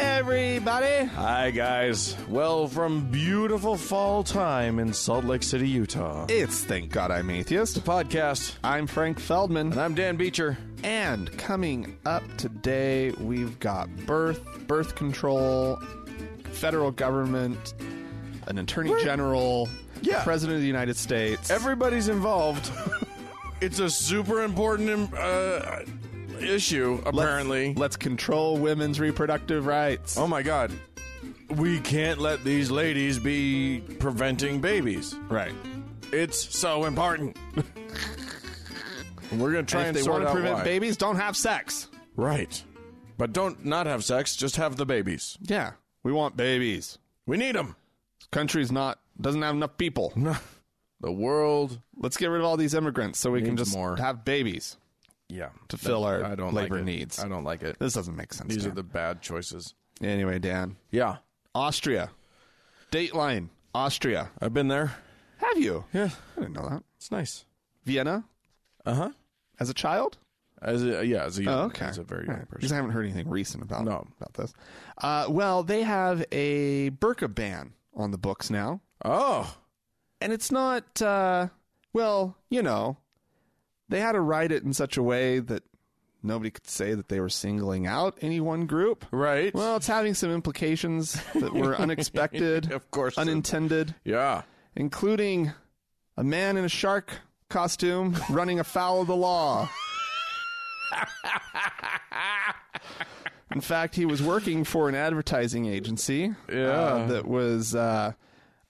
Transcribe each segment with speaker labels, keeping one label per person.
Speaker 1: everybody.
Speaker 2: Hi, guys. Well, from beautiful fall time in Salt Lake City, Utah.
Speaker 1: It's Thank God I'm Atheist.
Speaker 2: Podcast.
Speaker 1: I'm Frank Feldman.
Speaker 2: And I'm Dan Beecher.
Speaker 1: And coming up today, we've got birth, birth control, federal government, an attorney general,
Speaker 2: Yeah.
Speaker 1: president of the United States.
Speaker 2: Everybody's involved. it's a super important im- uh, issue,
Speaker 1: Let's-
Speaker 2: apparently.
Speaker 1: Let's, control women's reproductive rights.
Speaker 2: oh, my God. We can't let these ladies be preventing babies.
Speaker 1: right.
Speaker 2: It's so important. We're going to try
Speaker 1: If
Speaker 2: and
Speaker 1: they
Speaker 2: sort
Speaker 1: want to
Speaker 2: out
Speaker 1: prevent
Speaker 2: why.
Speaker 1: babies, don't have sex.
Speaker 2: Right. But don't not have sex, just have the babies.
Speaker 1: Yeah. We want babies.
Speaker 2: We need them.
Speaker 1: This country's not doesn't have enough people.
Speaker 2: The world.
Speaker 1: Let's get rid of all these immigrants so we can
Speaker 2: Needs
Speaker 1: just
Speaker 2: more.
Speaker 1: have babies
Speaker 2: Yeah.
Speaker 1: to fill our
Speaker 2: I don't
Speaker 1: labor
Speaker 2: like it.
Speaker 1: needs.
Speaker 2: I don't like it.
Speaker 1: This doesn't make sense.
Speaker 2: These are
Speaker 1: Dan.
Speaker 2: the bad choices.
Speaker 1: anyway, Dan.
Speaker 2: Yeah.
Speaker 1: Austria. Dateline. Austria.
Speaker 2: I've been there.
Speaker 1: Have you?
Speaker 2: Yeah.
Speaker 1: I didn't know that.
Speaker 2: It's nice.
Speaker 1: Vienna
Speaker 2: Uh huh.
Speaker 1: as a child?
Speaker 2: As a, yeah, as a young,
Speaker 1: Oh, okay.
Speaker 2: as a very
Speaker 1: All
Speaker 2: young
Speaker 1: right.
Speaker 2: person.
Speaker 1: Because I haven't heard anything recent about
Speaker 2: No.
Speaker 1: about this. Uh, well, they have a burqa ban on the books now,
Speaker 2: Oh.
Speaker 1: and it's not. Uh, well, you know, they had to write it in such a way that nobody could say that they were singling out any one group.
Speaker 2: Right.
Speaker 1: Well, it's having some implications that were unexpected,
Speaker 2: Of course.
Speaker 1: unintended,
Speaker 2: yeah.
Speaker 1: including a man in a shark costume running afoul of the law. In fact, he was working for an advertising agency uh,
Speaker 2: Yeah.
Speaker 1: that was uh,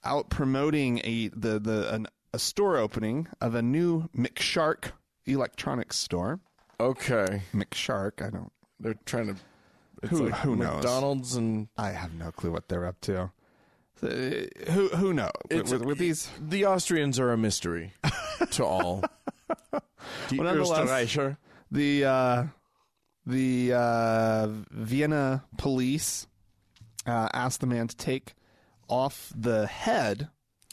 Speaker 1: out promoting a the the an, a store opening of a new McShark electronics store.
Speaker 2: Okay.
Speaker 1: McShark, I don't,
Speaker 2: They're trying to. It's
Speaker 1: Who-
Speaker 2: like
Speaker 1: who knows?
Speaker 2: McDonald's and
Speaker 1: I have no clue what they're up to. Uh, who who knows? With,
Speaker 2: It's- e-
Speaker 1: with, with these,
Speaker 2: the Austrians are a mystery to all. Die
Speaker 1: Well, nonetheless-
Speaker 2: Österreicher.
Speaker 1: the uh, the uh, Vienna police uh, asked the man to take off the head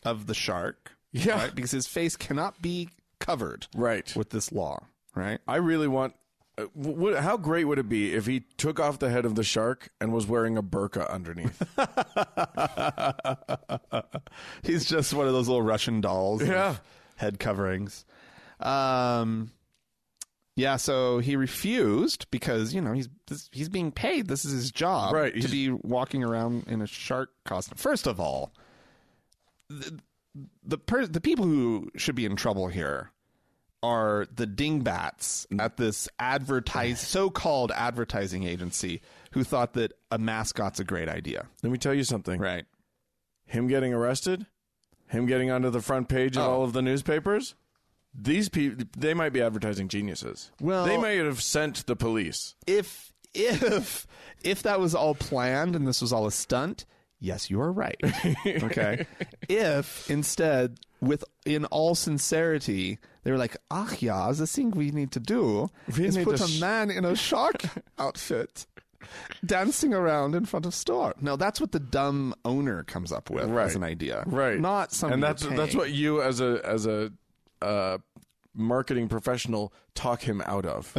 Speaker 1: of the shark,
Speaker 2: Yeah.
Speaker 1: right? Because his face cannot be covered
Speaker 2: Right.
Speaker 1: with this law, right?
Speaker 2: I really want. Uh, what, how great would it be if he took off the head of the shark and was wearing a burqa underneath?
Speaker 1: He's just one of those little Russian dolls, with
Speaker 2: Yeah.
Speaker 1: head coverings. Um, yeah. So he refused because you know he's this, he's being paid. This is his job,
Speaker 2: Right,
Speaker 1: To
Speaker 2: he's-
Speaker 1: be walking around in a shark costume. First of all, the the, per- the people who should be in trouble here are the dingbats at this advertise so-called advertising agency who thought that a mascot's a great idea,
Speaker 2: Let me tell you something.
Speaker 1: right?
Speaker 2: Him getting arrested, him getting onto the front page of
Speaker 1: Oh.
Speaker 2: all of the newspapers. These people, they might be advertising geniuses.
Speaker 1: Well-
Speaker 2: they might have sent the police.
Speaker 1: if if if that was all planned and this was all a stunt, yes, you are right. Okay. if instead, with in all sincerity, they were like, "Ach yeah, the thing we need to do
Speaker 2: We
Speaker 1: is
Speaker 2: need
Speaker 1: put
Speaker 2: a
Speaker 1: a
Speaker 2: sh-
Speaker 1: man in a shark outfit." Dancing around in front of store. No, that's what the dumb owner comes up with
Speaker 2: Right.
Speaker 1: as an idea,
Speaker 2: Right.
Speaker 1: Not something.
Speaker 2: and that's that's what you as a as a uh, marketing professional talk him out of.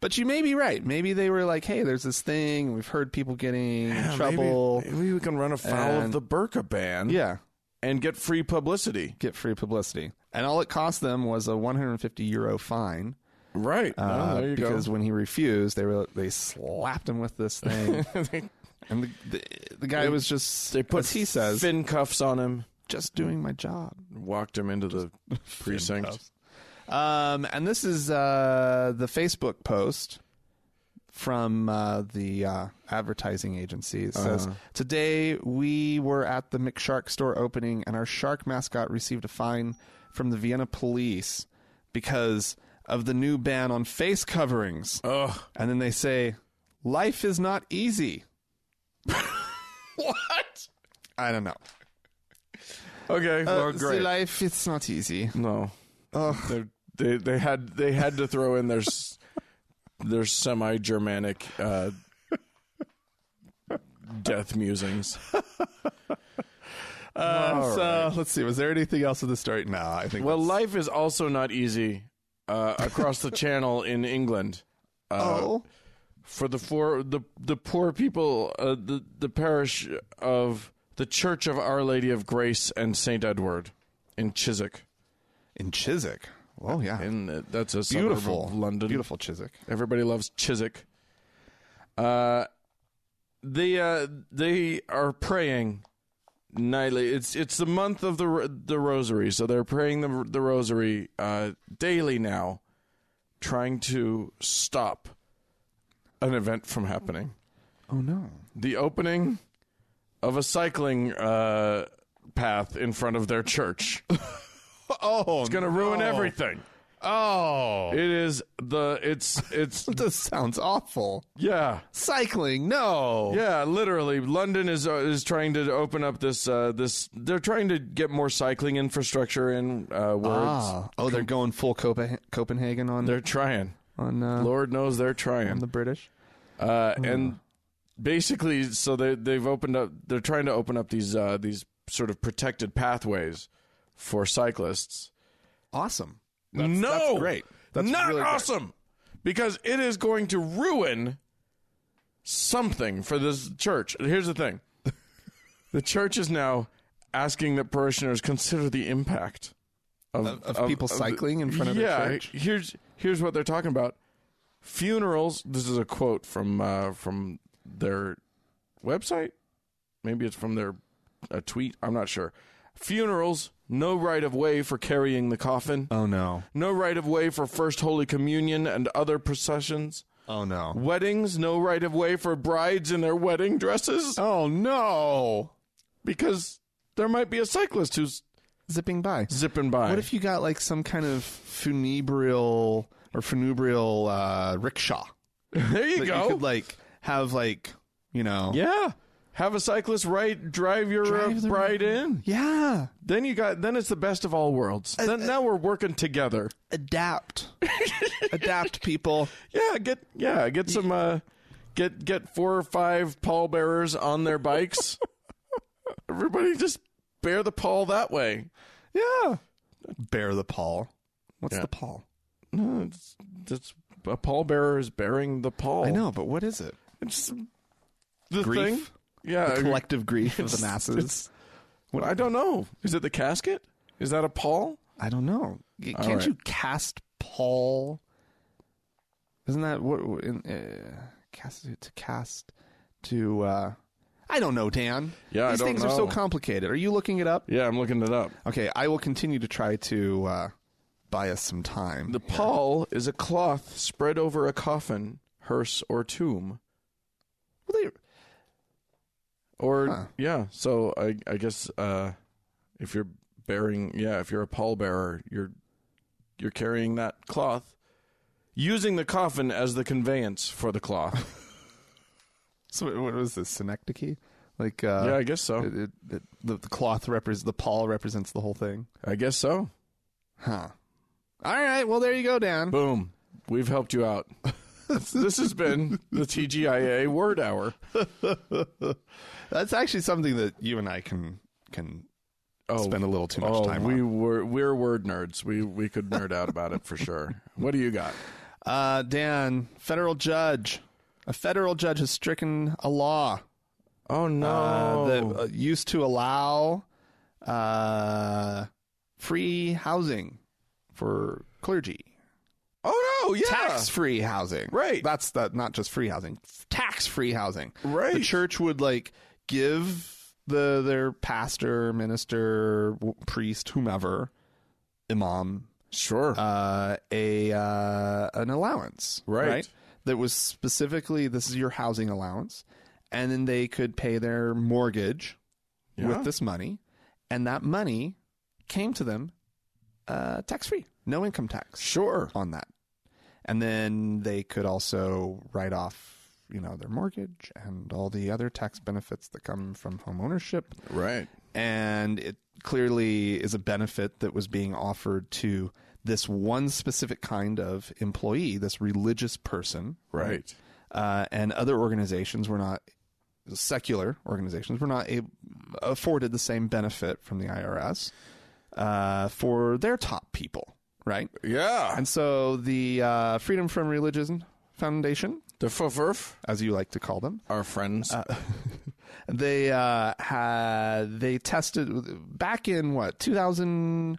Speaker 1: But you may be right. Maybe they were like, "Hey, there's this thing we've heard people getting in
Speaker 2: Maybe-
Speaker 1: trouble."
Speaker 2: Maybe, we can run afoul of
Speaker 1: And-
Speaker 2: the burqa ban.
Speaker 1: Yeah,
Speaker 2: and get free publicity.
Speaker 1: get free publicity. And all it cost them was a 150 euro fine.
Speaker 2: Right. No,
Speaker 1: uh,
Speaker 2: Oh, there you go.
Speaker 1: because when he refused, they were they slapped him with this thing, and the, the, the guy was just
Speaker 2: They put
Speaker 1: as he says
Speaker 2: fin cuffs on him,
Speaker 1: just doing my job.
Speaker 2: walked him into the precinct.
Speaker 1: Um, and this is uh, the Facebook post from uh, the uh, advertising agency. It says, Today we were at the McShark store opening, and our shark mascot received a fine from the Vienna police because of the new ban on face coverings.
Speaker 2: Ugh.
Speaker 1: And then they say, Life is not easy.
Speaker 2: What?
Speaker 1: I don't know.
Speaker 2: Okay. well,
Speaker 1: Uh, see,
Speaker 2: great.
Speaker 1: life, it's not easy.
Speaker 2: no. They're- They they had they had to throw in their s- their semi Germanic uh, death musings.
Speaker 1: Uh, so let's see. Was there anything else in the story? No, I think.
Speaker 2: Well, life is also not easy uh, across the channel in England.
Speaker 1: oh,
Speaker 2: for the for the the poor people uh, the the parish of the Church of Our Lady of Grace and Saint Edward in Chiswick.
Speaker 1: in Chiswick. Oh yeah,
Speaker 2: And uh, that's a suburb
Speaker 1: beautiful
Speaker 2: of London.
Speaker 1: beautiful Chiswick.
Speaker 2: Everybody loves Chiswick. Uh, they uh, they are praying nightly. It's it's the month of the ro- the Rosary, so they're praying the the Rosary uh, daily now, trying to stop an event from happening.
Speaker 1: Oh no,
Speaker 2: The opening of a cycling uh, path in front of their church. It's
Speaker 1: oh, it's
Speaker 2: going to ruin everything.
Speaker 1: Oh,
Speaker 2: It is the it's it's
Speaker 1: this sounds awful.
Speaker 2: yeah.
Speaker 1: Cycling, no.
Speaker 2: Yeah, literally, London is uh, is trying to open up this uh, this. They're trying to get more cycling infrastructure in. Uh, where it's,
Speaker 1: Ah. oh, they're going full Copa- Copenhagen on
Speaker 2: they're trying.
Speaker 1: on uh,
Speaker 2: Lord knows they're
Speaker 1: on
Speaker 2: trying.
Speaker 1: the Hmm. British.
Speaker 2: Uh, and basically, so they they've opened up. They're trying to open up these uh, these sort of protected pathways for cyclists.
Speaker 1: Awesome.
Speaker 2: no,
Speaker 1: that's great. That's
Speaker 2: not
Speaker 1: really great.
Speaker 2: awesome because it is going to ruin something for this church. Here's the thing: the church is now asking that parishioners consider the impact of,
Speaker 1: of people cycling in front of their
Speaker 2: yeah,
Speaker 1: church?
Speaker 2: Here's here's what they're talking about: funerals. This is a quote from uh, from their website. Maybe it's from their a tweet. I'm not sure. Funerals, no right of way for carrying the coffin
Speaker 1: Oh no.
Speaker 2: no right of way for First Holy Communion and other processions.
Speaker 1: Oh no.
Speaker 2: Weddings, no right of way for brides in their wedding dresses
Speaker 1: Oh no.
Speaker 2: because there might be a cyclist who's
Speaker 1: Zipping by.
Speaker 2: zipping by.
Speaker 1: What if you got like some kind of funebrial or funebrial uh, rickshaw?
Speaker 2: there you
Speaker 1: That
Speaker 2: go.
Speaker 1: You could like have like you know.
Speaker 2: yeah. Have a cyclist right drive your uh,
Speaker 1: Drive the-
Speaker 2: bride in.
Speaker 1: Yeah.
Speaker 2: Then you got then it's the best of all worlds.
Speaker 1: Uh,
Speaker 2: then now we're working together.
Speaker 1: Adapt. Adapt, people.
Speaker 2: Yeah, get yeah, get some uh get get four or five pallbearers on their bikes. Everybody just bear the pall that way.
Speaker 1: Yeah. Bear the pall. What's
Speaker 2: Yeah.
Speaker 1: the pall?
Speaker 2: No, it's, it's a pallbearer is bearing the pall.
Speaker 1: I know, but what is it?
Speaker 2: It's the
Speaker 1: Grief?
Speaker 2: thing. Yeah.
Speaker 1: Collective grief of the
Speaker 2: it's-
Speaker 1: masses.
Speaker 2: well, I don't know. Is it the casket? Is that a pall?
Speaker 1: I don't know. Can't
Speaker 2: All right.
Speaker 1: you cast Paul? Isn't that what what- in, uh, cast to cast to? Uh, I don't know, Dan.
Speaker 2: Yeah, I
Speaker 1: these
Speaker 2: don't
Speaker 1: things are so
Speaker 2: know.
Speaker 1: complicated. Are you looking it up?
Speaker 2: Yeah, I'm looking it up.
Speaker 1: Okay, I will continue to try to uh, buy us some time.
Speaker 2: The pall is a cloth spread over a coffin, hearse, or tomb.
Speaker 1: Well, they-
Speaker 2: Or
Speaker 1: Huh.
Speaker 2: yeah, so I I guess uh, if you're bearing yeah, if you're a pallbearer, you're you're carrying that cloth, using the coffin as the conveyance for the cloth.
Speaker 1: so what- what was this synecdoche? Like uh,
Speaker 2: yeah, I guess so.
Speaker 1: it, it, it, the, the cloth represents the Paul represents the whole thing.
Speaker 2: I guess so.
Speaker 1: Huh. All right. Well, there you go, Dan.
Speaker 2: Boom. We've helped you out. this has been the TGIA Word Hour.
Speaker 1: That's actually something that you and I can can
Speaker 2: Oh,
Speaker 1: spend a little too much
Speaker 2: oh
Speaker 1: time
Speaker 2: we
Speaker 1: on.
Speaker 2: were we're word nerds. We we could nerd out about it for sure. What do you got?
Speaker 1: Uh, Dan, federal judge. A federal judge has stricken a law
Speaker 2: Oh no.
Speaker 1: uh, that uh, used to allow uh, free housing for clergy.
Speaker 2: oh no. Yeah.
Speaker 1: Tax-free housing.
Speaker 2: Right.
Speaker 1: That's the, not just free housing. Tax-free housing.
Speaker 2: Right.
Speaker 1: The church would like give the their pastor, minister, w- priest, whomever, imam,
Speaker 2: Sure.
Speaker 1: uh, a uh, an allowance,
Speaker 2: Right.
Speaker 1: That was specifically this is your housing allowance, and then they could pay their mortgage
Speaker 2: Yeah.
Speaker 1: with this money, and that money came to them uh, tax free, no income tax
Speaker 2: sure.
Speaker 1: on that, and then they could also write off you know their mortgage and all the other tax benefits that come from home ownership
Speaker 2: Right.
Speaker 1: and it clearly is a benefit that was being offered to this one specific kind of employee, this religious person,
Speaker 2: Right.
Speaker 1: Uh, and other organizations were not secular organizations were not ab afforded the same benefit from the IRS uh, for their top people, right?
Speaker 2: Yeah.
Speaker 1: And so the uh, Freedom from Religion Foundation,
Speaker 2: The Fufferf
Speaker 1: as you like to call them,
Speaker 2: are friends.
Speaker 1: Uh, they uh, had they tested back in what 2000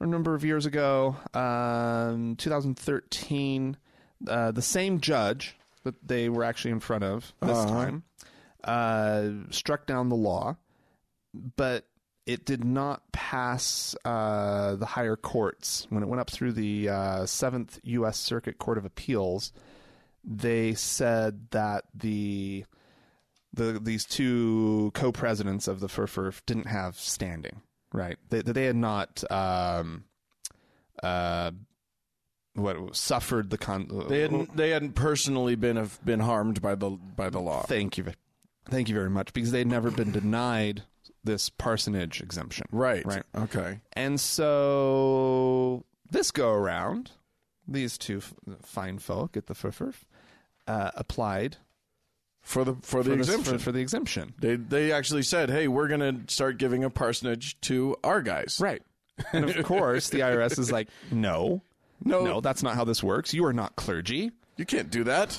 Speaker 1: a number of years ago um, 2013 uh, the same judge that they were actually in front of this time uh, struck down the law but it did not pass uh, the higher courts when it went up through the uh, seventh u.s circuit court of appeals they said that the the these two co-presidents of the Furfurf didn't have standing, right? They they had not um uh what suffered the con
Speaker 2: they hadn't they hadn't personally been have been harmed by the by the law.
Speaker 1: thank you ve- thank you very much because they'd never been denied this parsonage exemption.
Speaker 2: Right.
Speaker 1: Right.
Speaker 2: Okay.
Speaker 1: And so this go around, these two f- fine folk at the Furfurf uh, applied
Speaker 2: For the for the
Speaker 1: for this-
Speaker 2: exemption.
Speaker 1: for, for the exemption.
Speaker 2: They they actually said, "Hey, we're going to start giving a parsonage to our guys."
Speaker 1: Right. And of course, the IRS is like, no,
Speaker 2: No.
Speaker 1: no, that's not how this works. You are not clergy.
Speaker 2: You can't do that.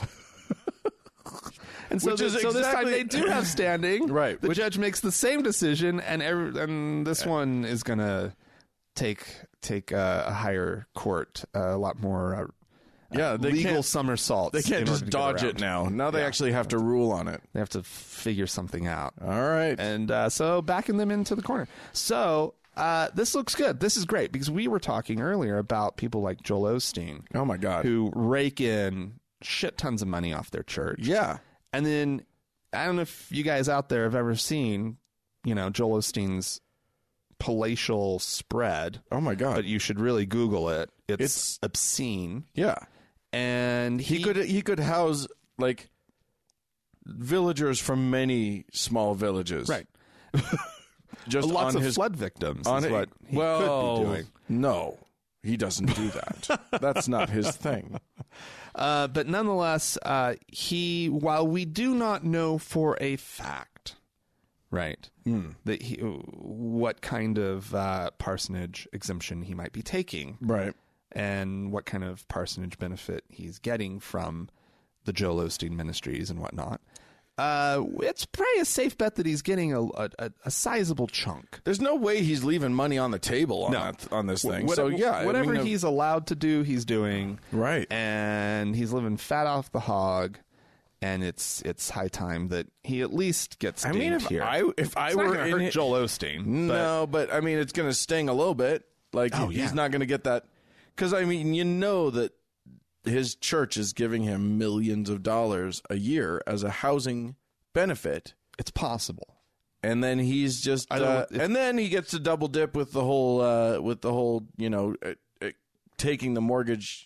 Speaker 1: And so,
Speaker 2: Which
Speaker 1: th-
Speaker 2: is
Speaker 1: so this time
Speaker 2: exactly-
Speaker 1: they do have standing.
Speaker 2: Right.
Speaker 1: The
Speaker 2: Which-
Speaker 1: judge makes the same decision, and every, and this one is going to take take uh, a higher court, uh, a lot more uh,
Speaker 2: Yeah, they
Speaker 1: legal
Speaker 2: can't
Speaker 1: somersaults.
Speaker 2: they can't
Speaker 1: in order
Speaker 2: just
Speaker 1: to get
Speaker 2: dodge it
Speaker 1: around.
Speaker 2: now. Now they actually have to rule on it.
Speaker 1: They have to figure something out.
Speaker 2: All right.
Speaker 1: and uh, so backing them into the corner. So uh, this looks good. This is great because we were talking earlier about people like Joel Osteen.
Speaker 2: oh my god.
Speaker 1: who rake in shit tons of money off their church.
Speaker 2: yeah.
Speaker 1: And then I don't know if you guys out there have ever seen, you know, Joel Osteen's palatial spread,
Speaker 2: Oh my god.
Speaker 1: but you should really Google it. It's,
Speaker 2: It's-
Speaker 1: obscene.
Speaker 2: yeah.
Speaker 1: And he,
Speaker 2: He could he could house like villagers from many small villages.
Speaker 1: Right.
Speaker 2: Just
Speaker 1: lots
Speaker 2: on
Speaker 1: of
Speaker 2: his
Speaker 1: flood victims
Speaker 2: on
Speaker 1: is
Speaker 2: it-
Speaker 1: what he
Speaker 2: well,
Speaker 1: could be doing.
Speaker 2: No. He doesn't do that. That's not his thing.
Speaker 1: Uh, but nonetheless, uh, he, while we do not know for a fact, right, that he, what kind of uh, parsonage exemption he might be taking
Speaker 2: Right.
Speaker 1: and what kind of parsonage benefit he's getting from the Joel Osteen ministries and whatnot, uh, it's probably a safe bet that he's getting a, a, a- a sizable chunk.
Speaker 2: There's no way he's leaving money on the table on that, on this thing.
Speaker 1: What-
Speaker 2: so yeah, I
Speaker 1: whatever
Speaker 2: mean, uh,
Speaker 1: he's allowed to do, he's doing.
Speaker 2: right.
Speaker 1: and he's living fat off the hog, and it's it's high time that he at least gets.
Speaker 2: I mean,
Speaker 1: dinged
Speaker 2: if
Speaker 1: here.
Speaker 2: I if I
Speaker 1: it's not
Speaker 2: were
Speaker 1: gonna
Speaker 2: in
Speaker 1: hurt
Speaker 2: his-
Speaker 1: Joel Osteen, but Oh,
Speaker 2: no, but I mean, it's going to sting a little bit. Like he-
Speaker 1: yeah.
Speaker 2: he's not going to get that because I mean, you know that his church is giving him millions of dollars a year as a housing benefit,
Speaker 1: it's possible.
Speaker 2: and then he's just
Speaker 1: don't-
Speaker 2: uh,
Speaker 1: if-
Speaker 2: and then he gets to double dip with the whole uh, with the whole you know uh, uh, taking the mortgage,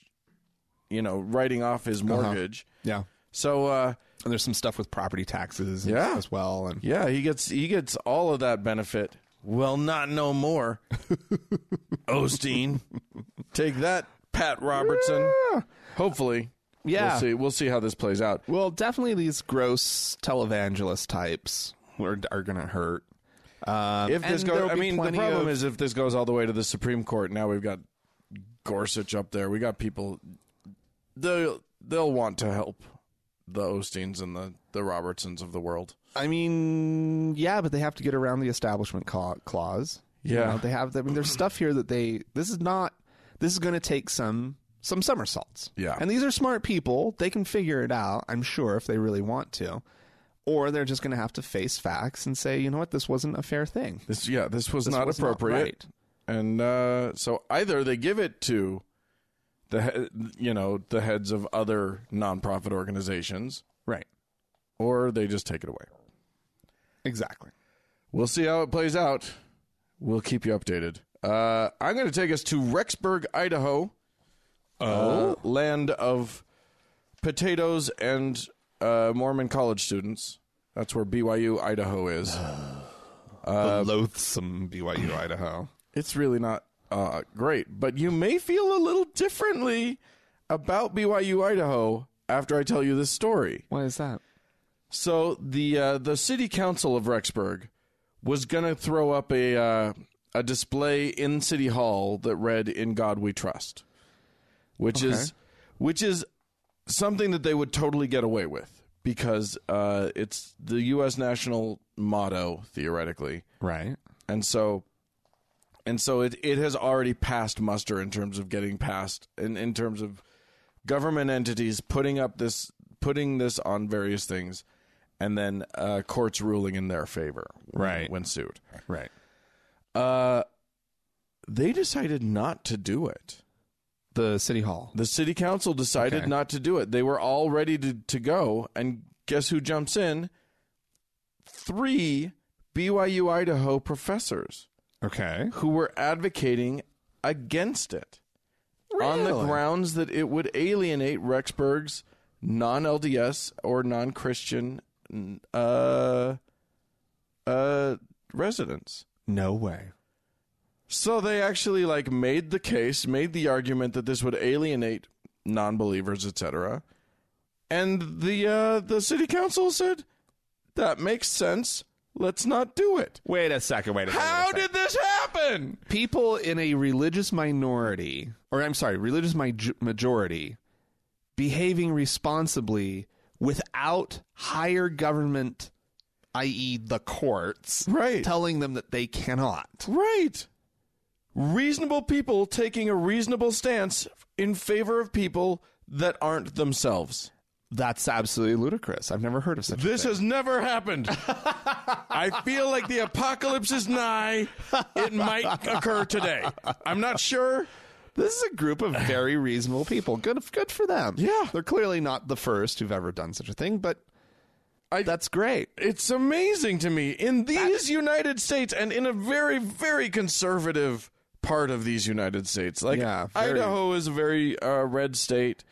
Speaker 2: you know, writing off his
Speaker 1: Uh-huh.
Speaker 2: mortgage.
Speaker 1: Yeah,
Speaker 2: So uh,
Speaker 1: and there's some stuff with property taxes, and-
Speaker 2: Yeah.
Speaker 1: as well, and
Speaker 2: Yeah, he gets he gets all of that benefit. Well, not no more. Osteen, take that, Pat Robertson. Hopefully,
Speaker 1: Yeah.
Speaker 2: We'll see. We'll see how this plays out.
Speaker 1: well, definitely these gross televangelist types are are gonna hurt. Um,
Speaker 2: If this
Speaker 1: and
Speaker 2: goes,
Speaker 1: there'll
Speaker 2: I
Speaker 1: be
Speaker 2: mean, the
Speaker 1: plenty
Speaker 2: problem
Speaker 1: of-
Speaker 2: is if this goes all the way to the Supreme Court. Now we've got Gorsuch up there. We got people. They'll they'll want to help the Osteens and the the Robertsons of the world.
Speaker 1: I mean, yeah, but they have to get around the establishment cla- clause. You
Speaker 2: Yeah.
Speaker 1: know, they have. I mean, there's stuff here that they. This is not. This is going to take some some somersaults.
Speaker 2: Yeah.
Speaker 1: and these are smart people. They can figure it out. I'm sure if they really want to, or they're just going to have to face facts and say, you know what, this wasn't a fair thing.
Speaker 2: This yeah, this was not
Speaker 1: was not right.
Speaker 2: appropriate. And uh, so either they give it to the he- you know the heads of other nonprofit organizations,
Speaker 1: Right.
Speaker 2: or they just take it away.
Speaker 1: Exactly.
Speaker 2: We'll see how it plays out. We'll keep you updated. Uh, I'm going to take us to Rexburg, Idaho, oh. land of potatoes and uh, Mormon college students. That's where BYU, Idaho is. Uh,
Speaker 1: the loathsome BYU Idaho.
Speaker 2: it's really not uh, great, but you may feel a little differently about BYU Idaho after I tell you this story.
Speaker 1: Why is that?
Speaker 2: So the uh, the city council of Rexburg was gonna throw up a uh, a display in City Hall that read "In God We Trust," which is which is something that they would totally get away with because uh, it's the U.S. national motto theoretically,
Speaker 1: Right.
Speaker 2: and so and so it it has already passed muster in terms of getting past in in terms of government entities putting up this putting this on various things, and then uh, courts ruling in their favor when-
Speaker 1: Right.
Speaker 2: when sued.
Speaker 1: Right.
Speaker 2: Uh, they decided not to do it.
Speaker 1: The city hall.
Speaker 2: The city council decided
Speaker 1: Okay.
Speaker 2: not to do it. They were all ready to, to go, and guess who jumps in? Three BYU Idaho professors
Speaker 1: Okay.
Speaker 2: who were advocating against it on the
Speaker 1: Really?
Speaker 2: grounds that it would alienate Rexburg's non LDS or non Christian uh, uh, residents.
Speaker 1: No way.
Speaker 2: So they actually like made the case, made the argument that this would alienate non-believers, etc. And the uh, the city council said that makes sense. Let's not do it.
Speaker 1: Wait a second. Wait a second.
Speaker 2: How did this happen?
Speaker 1: people in a religious minority, or I'm sorry, religious mi- majority, behaving responsibly without higher government, i.e., the courts,
Speaker 2: Right.
Speaker 1: telling them that they cannot?
Speaker 2: Right. Reasonable people taking a reasonable stance in favor of people that aren't themselves.
Speaker 1: That's absolutely ludicrous. I've never heard of such. a
Speaker 2: This has never happened. I feel like the apocalypse is nigh. It might occur today. I'm not sure.
Speaker 1: This is a group of very reasonable people. Good, good for them.
Speaker 2: Yeah.
Speaker 1: they're clearly not the first who've ever done such a thing, but
Speaker 2: I-
Speaker 1: that's great.
Speaker 2: It's amazing to me in these United States and in a very, very conservative part of these United States. Like
Speaker 1: Yeah, very-
Speaker 2: Idaho is a very uh, red state,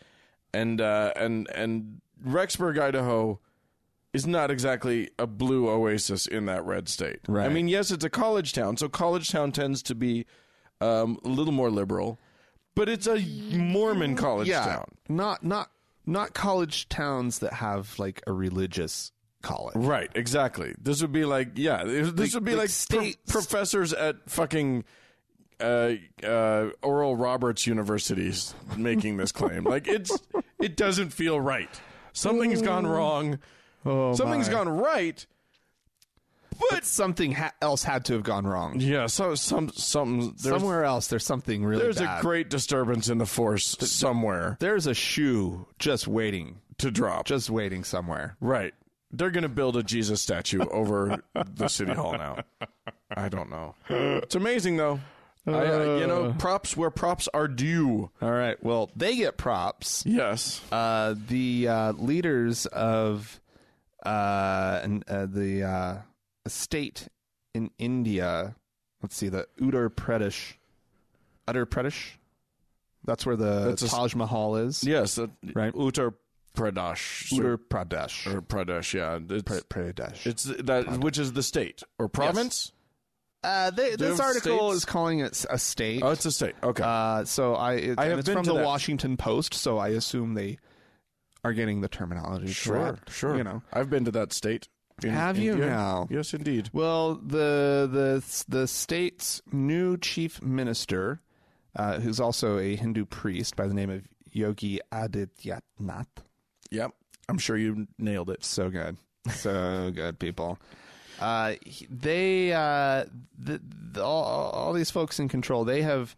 Speaker 2: and uh, and and Rexburg, Idaho, is not exactly a blue oasis in that red state. I
Speaker 1: Right.
Speaker 2: mean, yes, it's a college town, so college town tends to be um, a little more liberal, but it's a Mormon college
Speaker 1: yeah,
Speaker 2: town.
Speaker 1: not not not college towns that have like a religious college.
Speaker 2: Right, exactly. This would be like, yeah, this this would be
Speaker 1: like
Speaker 2: like, pro-
Speaker 1: state-
Speaker 2: professors at fucking uh, uh, Oral Roberts universities making this claim. like it's it doesn't feel right. Something's gone wrong.
Speaker 1: Oh,
Speaker 2: Something's
Speaker 1: my.
Speaker 2: gone right.
Speaker 1: but something ha- else had to have gone wrong.
Speaker 2: Yeah, so some some there's,
Speaker 1: Somewhere else, there's something really
Speaker 2: there's a
Speaker 1: bad.
Speaker 2: great disturbance in the force somewhere
Speaker 1: there's a shoe just waiting,
Speaker 2: to drop.
Speaker 1: just waiting somewhere.
Speaker 2: right. They're going to build a Jesus statue over the city hall now. I don't know. It's amazing though. I, uh, you know, props where props are due.
Speaker 1: All right. Well, they get props.
Speaker 2: Yes.
Speaker 1: Uh, the uh, leaders of uh, an- uh, the uh, a state in India. Let's see, the Uttar Pradesh. Uttar Pradesh. That's where the
Speaker 2: a s-
Speaker 1: Taj Mahal is.
Speaker 2: Yes. uh,
Speaker 1: Right.
Speaker 2: Uttar Pradesh.
Speaker 1: Uttar Pradesh.
Speaker 2: Or Pradesh. Yeah. It's,
Speaker 1: Pradesh.
Speaker 2: it's that which is the state or province.
Speaker 1: Uh, they,
Speaker 2: Do you
Speaker 1: this
Speaker 2: have
Speaker 1: article
Speaker 2: states?
Speaker 1: is calling it a state.
Speaker 2: Oh, it's a state. Okay.
Speaker 1: Uh, so I, it,
Speaker 2: I
Speaker 1: and
Speaker 2: have
Speaker 1: it's
Speaker 2: been
Speaker 1: from
Speaker 2: to
Speaker 1: the
Speaker 2: that.
Speaker 1: Washington Post, so I assume they are getting the terminology correct.
Speaker 2: Sure.
Speaker 1: You know,
Speaker 2: I've been to that state. in
Speaker 1: Have you
Speaker 2: India.
Speaker 1: now?
Speaker 2: Yes, indeed.
Speaker 1: well, the the the state's new chief minister, uh, who's also a Hindu priest by the name of Yogi Adityanath.
Speaker 2: Yep. I'm sure you nailed it.
Speaker 1: So good, so good, people. Uh, he- they uh, the, the, all, all these folks in control. They have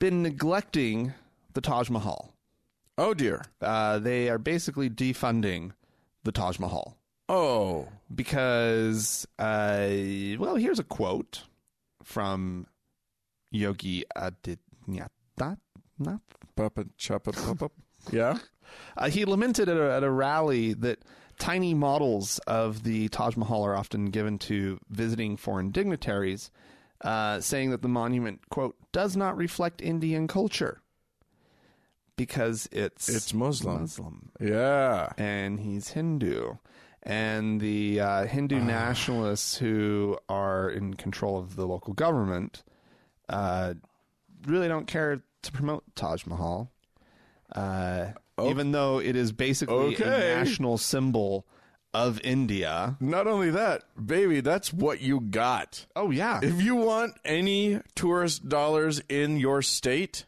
Speaker 1: been neglecting the Taj Mahal.
Speaker 2: Oh dear.
Speaker 1: uh, they are basically defunding the Taj Mahal
Speaker 2: Oh.
Speaker 1: because, uh, well, here's a quote from Yogi Adityanath.
Speaker 2: Papa chapa papa. Yeah.
Speaker 1: Uh, he lamented at a, at a rally that tiny models of the Taj Mahal are often given to visiting foreign dignitaries, uh, saying that the monument, quote, does not reflect Indian culture because it's,
Speaker 2: It's Muslim.
Speaker 1: Muslim.
Speaker 2: Yeah.
Speaker 1: and he's Hindu. And the uh, Hindu nationalists who are in control of the local government uh, really don't care to promote Taj Mahal, uh, even though it is basically
Speaker 2: Okay.
Speaker 1: a national symbol of India.
Speaker 2: Not only that, baby, that's what you got.
Speaker 1: Oh yeah,
Speaker 2: If you want any tourist dollars in your state,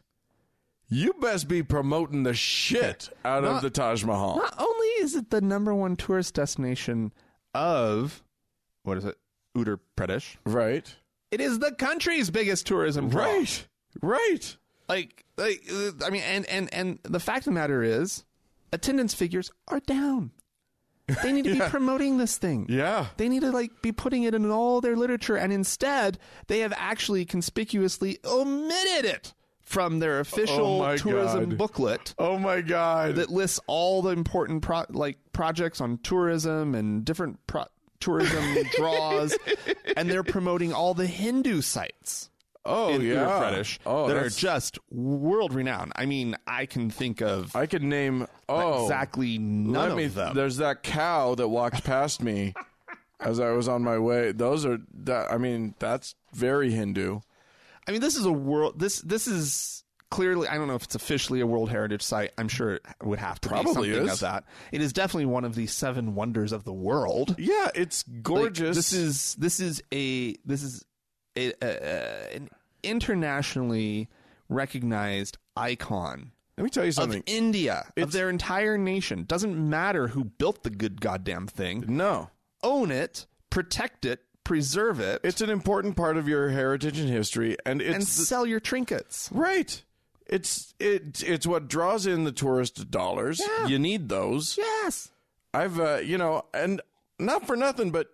Speaker 2: you best be promoting the shit out of
Speaker 1: Not-
Speaker 2: the Taj Mahal.
Speaker 1: Not only is it the number one tourist destination of what is it, Uttar Pradesh,
Speaker 2: right.
Speaker 1: it is the country's biggest tourism draw.
Speaker 2: Right. Right.
Speaker 1: Like, like uh, I mean, and and and the fact of the matter is, attendance figures are down. They need to be promoting this thing.
Speaker 2: Yeah.
Speaker 1: They need to like be putting it in all their literature, and instead they have actually conspicuously omitted it from their official
Speaker 2: Oh my
Speaker 1: tourism
Speaker 2: God.
Speaker 1: booklet
Speaker 2: Oh my God.
Speaker 1: that lists all the important pro- like projects on tourism and different pro- tourism draws, and they're promoting all the Hindu sites
Speaker 2: oh
Speaker 1: in
Speaker 2: yeah.
Speaker 1: Uttar Pradesh
Speaker 2: Oh,
Speaker 1: that are
Speaker 2: that's-
Speaker 1: just world renowned. I mean, I can think of
Speaker 2: I could name. Oh,
Speaker 1: exactly none
Speaker 2: let me-
Speaker 1: of them.
Speaker 2: There's that cow that walked past me as I was on my way. Those are that. I mean, that's very Hindu.
Speaker 1: I mean, this is a world. This this is clearly. I don't know if it's officially a World Heritage Site. I'm sure it would have to
Speaker 2: Probably
Speaker 1: be something
Speaker 2: is.
Speaker 1: of that. It is definitely one of the seven wonders of the world.
Speaker 2: Yeah, it's
Speaker 1: Like,
Speaker 2: gorgeous.
Speaker 1: This is this is a this is a, a, a- an internationally recognized icon
Speaker 2: Let me tell you
Speaker 1: of
Speaker 2: something.
Speaker 1: India of their entire nation. Doesn't matter who built the good goddamn thing.
Speaker 2: no,
Speaker 1: Own it, protect it, preserve it,
Speaker 2: it's an important part of your heritage and history, and
Speaker 1: and
Speaker 2: it's
Speaker 1: sell your trinkets.
Speaker 2: right. It's it it's what draws in the tourist dollars.
Speaker 1: Yeah.
Speaker 2: You need those.
Speaker 1: Yes.
Speaker 2: I've uh, you know, and not for nothing, but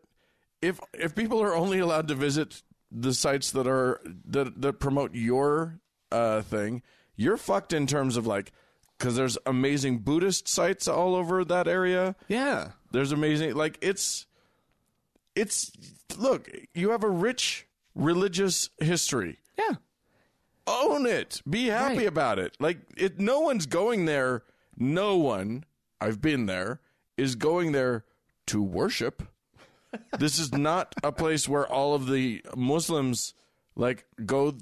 Speaker 2: if if people are only allowed to visit the sites that are that that promote your uh, thing, you're fucked in terms of like because there's amazing Buddhist sites all over that area.
Speaker 1: Yeah.
Speaker 2: There's amazing like it's it's look you have a rich religious history.
Speaker 1: Yeah.
Speaker 2: Own it. Be happy
Speaker 1: Right.
Speaker 2: about it. Like it no one's going there. No one, I've been there, is going there to worship. this is not a place where all of the Muslims like go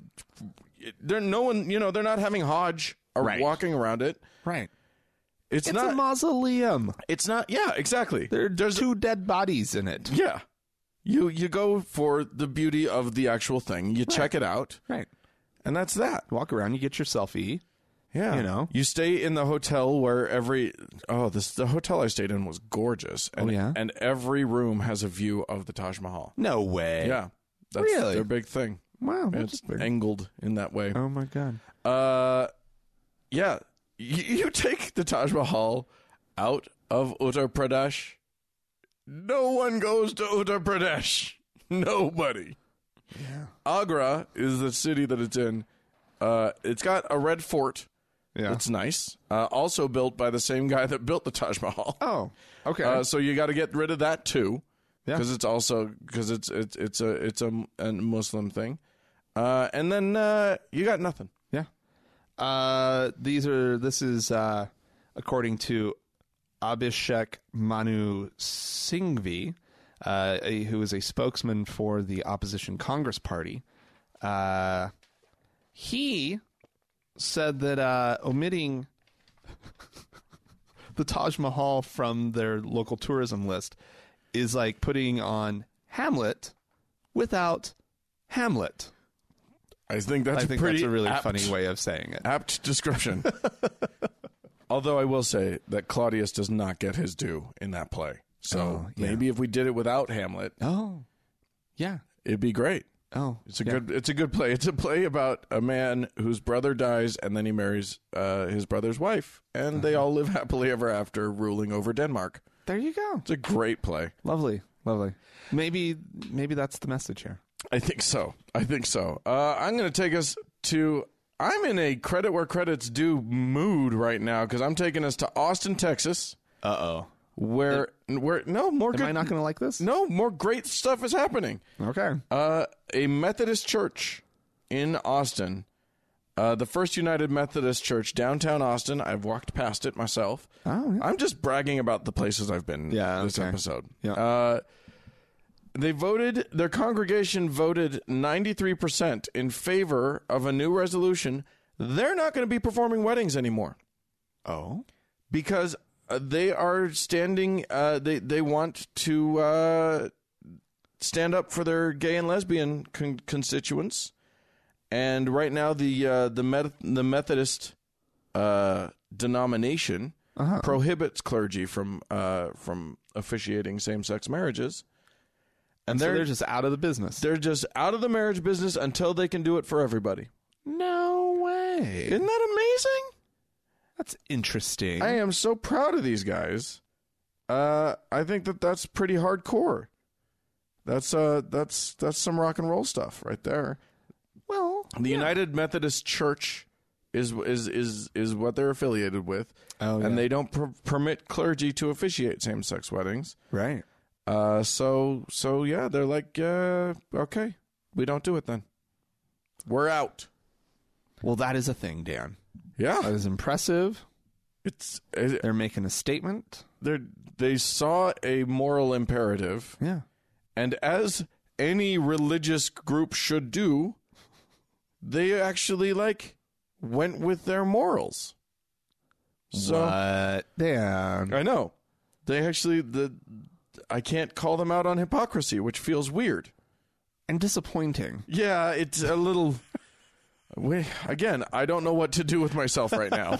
Speaker 2: they're no one, you know, they're not having Hajj or
Speaker 1: Right.
Speaker 2: walking around it.
Speaker 1: Right.
Speaker 2: It's,
Speaker 1: It's
Speaker 2: not
Speaker 1: a mausoleum.
Speaker 2: it's not yeah, exactly.
Speaker 1: There are two dead bodies in it.
Speaker 2: Yeah. You you go for the beauty of the actual thing. You check it out,
Speaker 1: Right.
Speaker 2: and that's that.
Speaker 1: Walk around, you get your selfie.
Speaker 2: Yeah.
Speaker 1: You know?
Speaker 2: You stay in the hotel where every oh, this the hotel I stayed in was gorgeous. And
Speaker 1: Oh, yeah?
Speaker 2: and every room has a view of the Taj Mahal.
Speaker 1: No way.
Speaker 2: Yeah. That's
Speaker 1: Really?
Speaker 2: their big thing.
Speaker 1: Wow.
Speaker 2: It's angled in that way.
Speaker 1: oh my god.
Speaker 2: Uh yeah. You, you take the Taj Mahal out of Uttar Pradesh. No one goes to Uttar Pradesh. Nobody.
Speaker 1: Yeah.
Speaker 2: Agra is the city that it's in. Uh, it's got a red fort.
Speaker 1: Yeah.
Speaker 2: It's nice. Uh, also built by the same guy that built the Taj Mahal.
Speaker 1: oh. Okay.
Speaker 2: Uh, so you got to get rid of that too,
Speaker 1: Yeah.
Speaker 2: because it's also because it's it's it's a it's a, a Muslim thing. Uh, and then uh, you got nothing.
Speaker 1: yeah. Uh, these are. This is uh, according to Abhishek Manu Singhvi, uh, a, who is a spokesman for the opposition Congress Party. Uh, he said that uh, omitting the Taj Mahal from their local tourism list is like putting on Hamlet without Hamlet.
Speaker 2: I think that's
Speaker 1: I think
Speaker 2: pretty
Speaker 1: that's a really
Speaker 2: apt-
Speaker 1: funny way of saying it.
Speaker 2: apt description. Although I will say that Claudius does not get his due in that play. So
Speaker 1: Oh, yeah.
Speaker 2: maybe if we did it without Hamlet,
Speaker 1: Oh, yeah.
Speaker 2: it'd be great.
Speaker 1: Oh,
Speaker 2: It's a good. It's a good play. It's a play about a man whose brother dies, and then he marries uh, his brother's wife, and they
Speaker 1: Uh-huh.
Speaker 2: all live happily ever after, ruling over Denmark.
Speaker 1: There you go.
Speaker 2: It's a great play.
Speaker 1: Lovely, lovely. Maybe, maybe that's the message here.
Speaker 2: I think so. I think so. Uh, I'm going to take us to. I'm in a credit where credits due mood right now because I'm taking us to Austin, Texas,
Speaker 1: Uh oh.
Speaker 2: where where no more
Speaker 1: Am I
Speaker 2: good
Speaker 1: not going to like this?
Speaker 2: no more great stuff is happening.
Speaker 1: Okay.
Speaker 2: Uh, a Methodist church in Austin, uh, the First United Methodist Church downtown Austin. I've walked past it myself.
Speaker 1: Oh, yeah.
Speaker 2: I'm just bragging about the places I've been.
Speaker 1: Yeah,
Speaker 2: this
Speaker 1: okay.
Speaker 2: episode.
Speaker 1: Yeah.
Speaker 2: Uh, they voted. Their congregation voted 93 percent in favor of a new resolution. They're not going to be performing weddings anymore
Speaker 1: Oh.
Speaker 2: because uh, they are standing. Uh, they they want to uh, stand up for their gay and lesbian con- constituents, and right now the uh, the Met- the Methodist uh, denomination prohibits clergy from uh, from officiating same sex marriages, and
Speaker 1: So
Speaker 2: they're
Speaker 1: they're just out of the business.
Speaker 2: they're just out of the marriage business until they can do it for everybody.
Speaker 1: no way.
Speaker 2: Isn't that amazing?
Speaker 1: That's interesting.
Speaker 2: I am so proud of these guys. Uh, I think that that's pretty hardcore. That's uh, that's that's some rock and roll stuff right there.
Speaker 1: well,
Speaker 2: The United Methodist Church is is is is what they're affiliated with,
Speaker 1: oh,
Speaker 2: and they don't per- permit clergy to officiate same-sex weddings.
Speaker 1: right.
Speaker 2: Uh, so so yeah, they're like, uh, okay, we don't do it then. We're out.
Speaker 1: Well, that is a thing, Dan. That
Speaker 2: Yeah,
Speaker 1: is impressive.
Speaker 2: it's it,
Speaker 1: They're making a statement.
Speaker 2: they they saw a moral imperative,
Speaker 1: Yeah.
Speaker 2: and as any religious group should do, they actually like went with their morals. So.
Speaker 1: what? Dan.
Speaker 2: I know. They actually the I can't call them out on hypocrisy, which feels weird.
Speaker 1: And disappointing.
Speaker 2: Yeah, it's a little we, again, I don't know what to do with myself right now.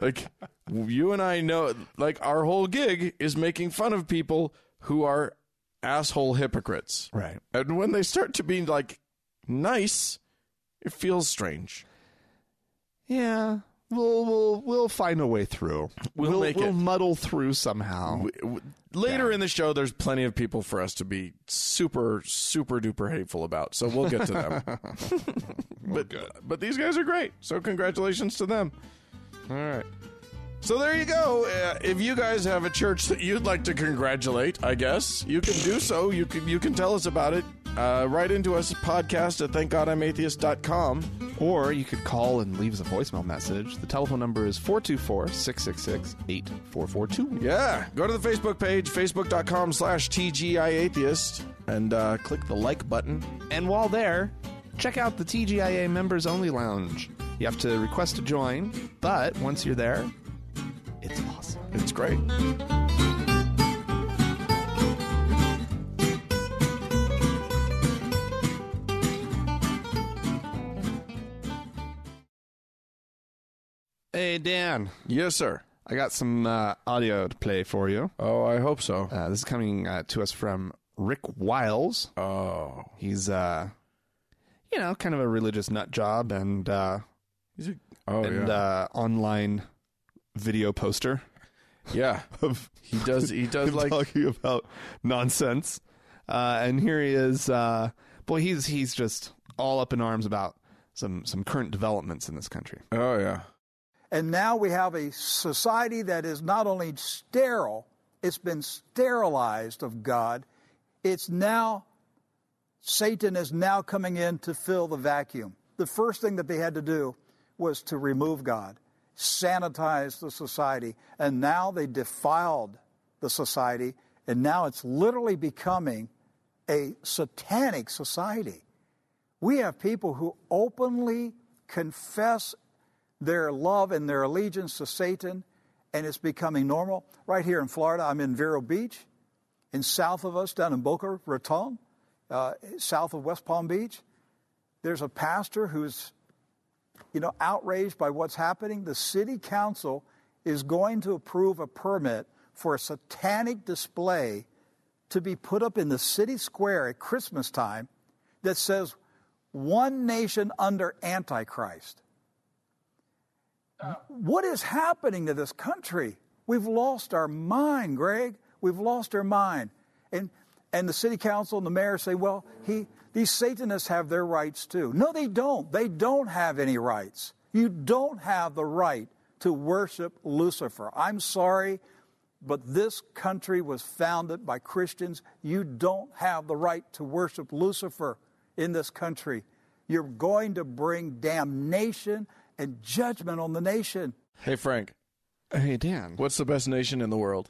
Speaker 2: like you and I know like our whole gig is making fun of people who are asshole hypocrites.
Speaker 1: Right.
Speaker 2: And when they start to be like nice, it feels strange.
Speaker 1: Yeah. We'll we'll we'll find a way through.
Speaker 2: We'll
Speaker 1: we'll,
Speaker 2: make it.
Speaker 1: muddle through somehow.
Speaker 2: w- later in the show there's plenty of people for us to be super super duper hateful about so we'll get to them but but these guys are great so congratulations to them all right so there you go uh, if you guys have a church that you'd like to congratulate i guess you can do so you can you can tell us about it uh, write into us podcast at thankgodimatheist.com
Speaker 1: Or you could call and leave us a voicemail message. The telephone number is 424 666 8442.
Speaker 2: yeah go to the facebook page facebook.com slash tgiatheist and uh, click the like button
Speaker 1: And while there, check out the TGIA Members Only Lounge. You have to request to join, but once you're there, it's awesome.
Speaker 2: It's great.
Speaker 1: Hey, Dan,
Speaker 2: Yes, sir.
Speaker 1: I got some uh, audio to play for you.
Speaker 2: Oh, I hope so.
Speaker 1: Uh, this is coming uh, to us from Rick Wiles.
Speaker 2: Oh,
Speaker 1: He's, uh, you know, kind of a religious nut job and uh,
Speaker 2: he's a oh
Speaker 1: and
Speaker 2: yeah,
Speaker 1: uh, online video poster
Speaker 2: yeah.
Speaker 1: of
Speaker 2: He does. He does
Speaker 1: him
Speaker 2: like
Speaker 1: talking about nonsense. Uh, and here he is. Uh, boy, he's he's just all up in arms about some some current developments in this country.
Speaker 2: oh yeah.
Speaker 3: And now we have a society that is not only sterile, it's been sterilized of God. It's now, Satan is now coming in to fill the vacuum. The first thing that they had to do was to remove God, sanitize the society. And now they defiled the society. And now it's literally becoming a satanic society. We have people who openly confess their love and their allegiance to Satan, and it's becoming normal. Right here in Florida, I'm in Vero Beach, and south of us, down in Boca Raton, uh, south of West Palm Beach, there's a pastor who's, you know, outraged by what's happening. The city council is going to approve a permit for a satanic display to be put up in the city square at Christmas time that says, "One nation under Antichrist." what is happening to this country? We've lost our mind, Greg. We've lost our mind. And and the city council and the mayor say, well, he these Satanists have their rights too. No, they don't. They don't have any rights. You don't have the right to worship Lucifer. I'm sorry, but this country was founded by Christians. You don't have the right to worship Lucifer in this country. You're going to bring damnation and judgment on the nation.
Speaker 2: Hey Frank,
Speaker 1: Hey Dan,
Speaker 2: what's the best nation in the world?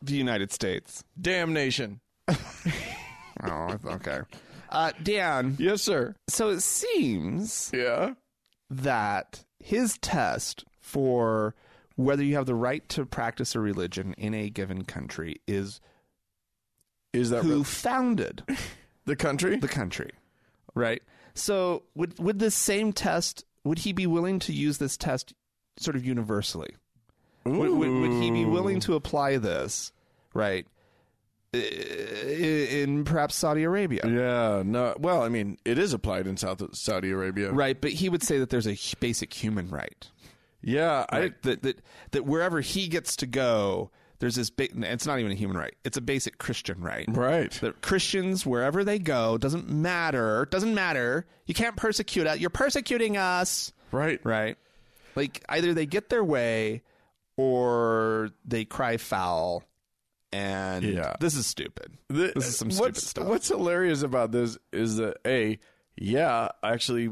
Speaker 1: the United States.
Speaker 2: Damnation.
Speaker 1: Oh, okay. Uh, Dan,
Speaker 2: Yes, sir.
Speaker 1: so it seems
Speaker 2: Yeah.
Speaker 1: that his test for whether you have the right to practice a religion in a given country is
Speaker 2: Is that
Speaker 1: who
Speaker 2: real?
Speaker 1: founded
Speaker 2: the country?
Speaker 1: the country, right? So would would this same test would he be willing to use this test sort of universally? Would, would, would he be willing to apply this, right, i- i- in perhaps Saudi Arabia?
Speaker 2: Yeah, no. Well, I mean, it is applied in South Saudi Arabia.
Speaker 1: Right, but he would say that there's a h- basic human right.
Speaker 2: Yeah, I,
Speaker 1: right? that that that wherever he gets to go, there's this big. and It's not even a human right. It's a basic Christian right.
Speaker 2: Right.
Speaker 1: That Christians wherever they go doesn't matter. Doesn't matter. You can't persecute us. You're persecuting us.
Speaker 2: right,
Speaker 1: Right. Like either they get their way, or they cry foul. And
Speaker 2: Yeah.
Speaker 1: this is stupid.
Speaker 2: The-
Speaker 1: this is some stupid
Speaker 2: what's,
Speaker 1: stuff.
Speaker 2: What's hilarious about this is that a, yeah, actually,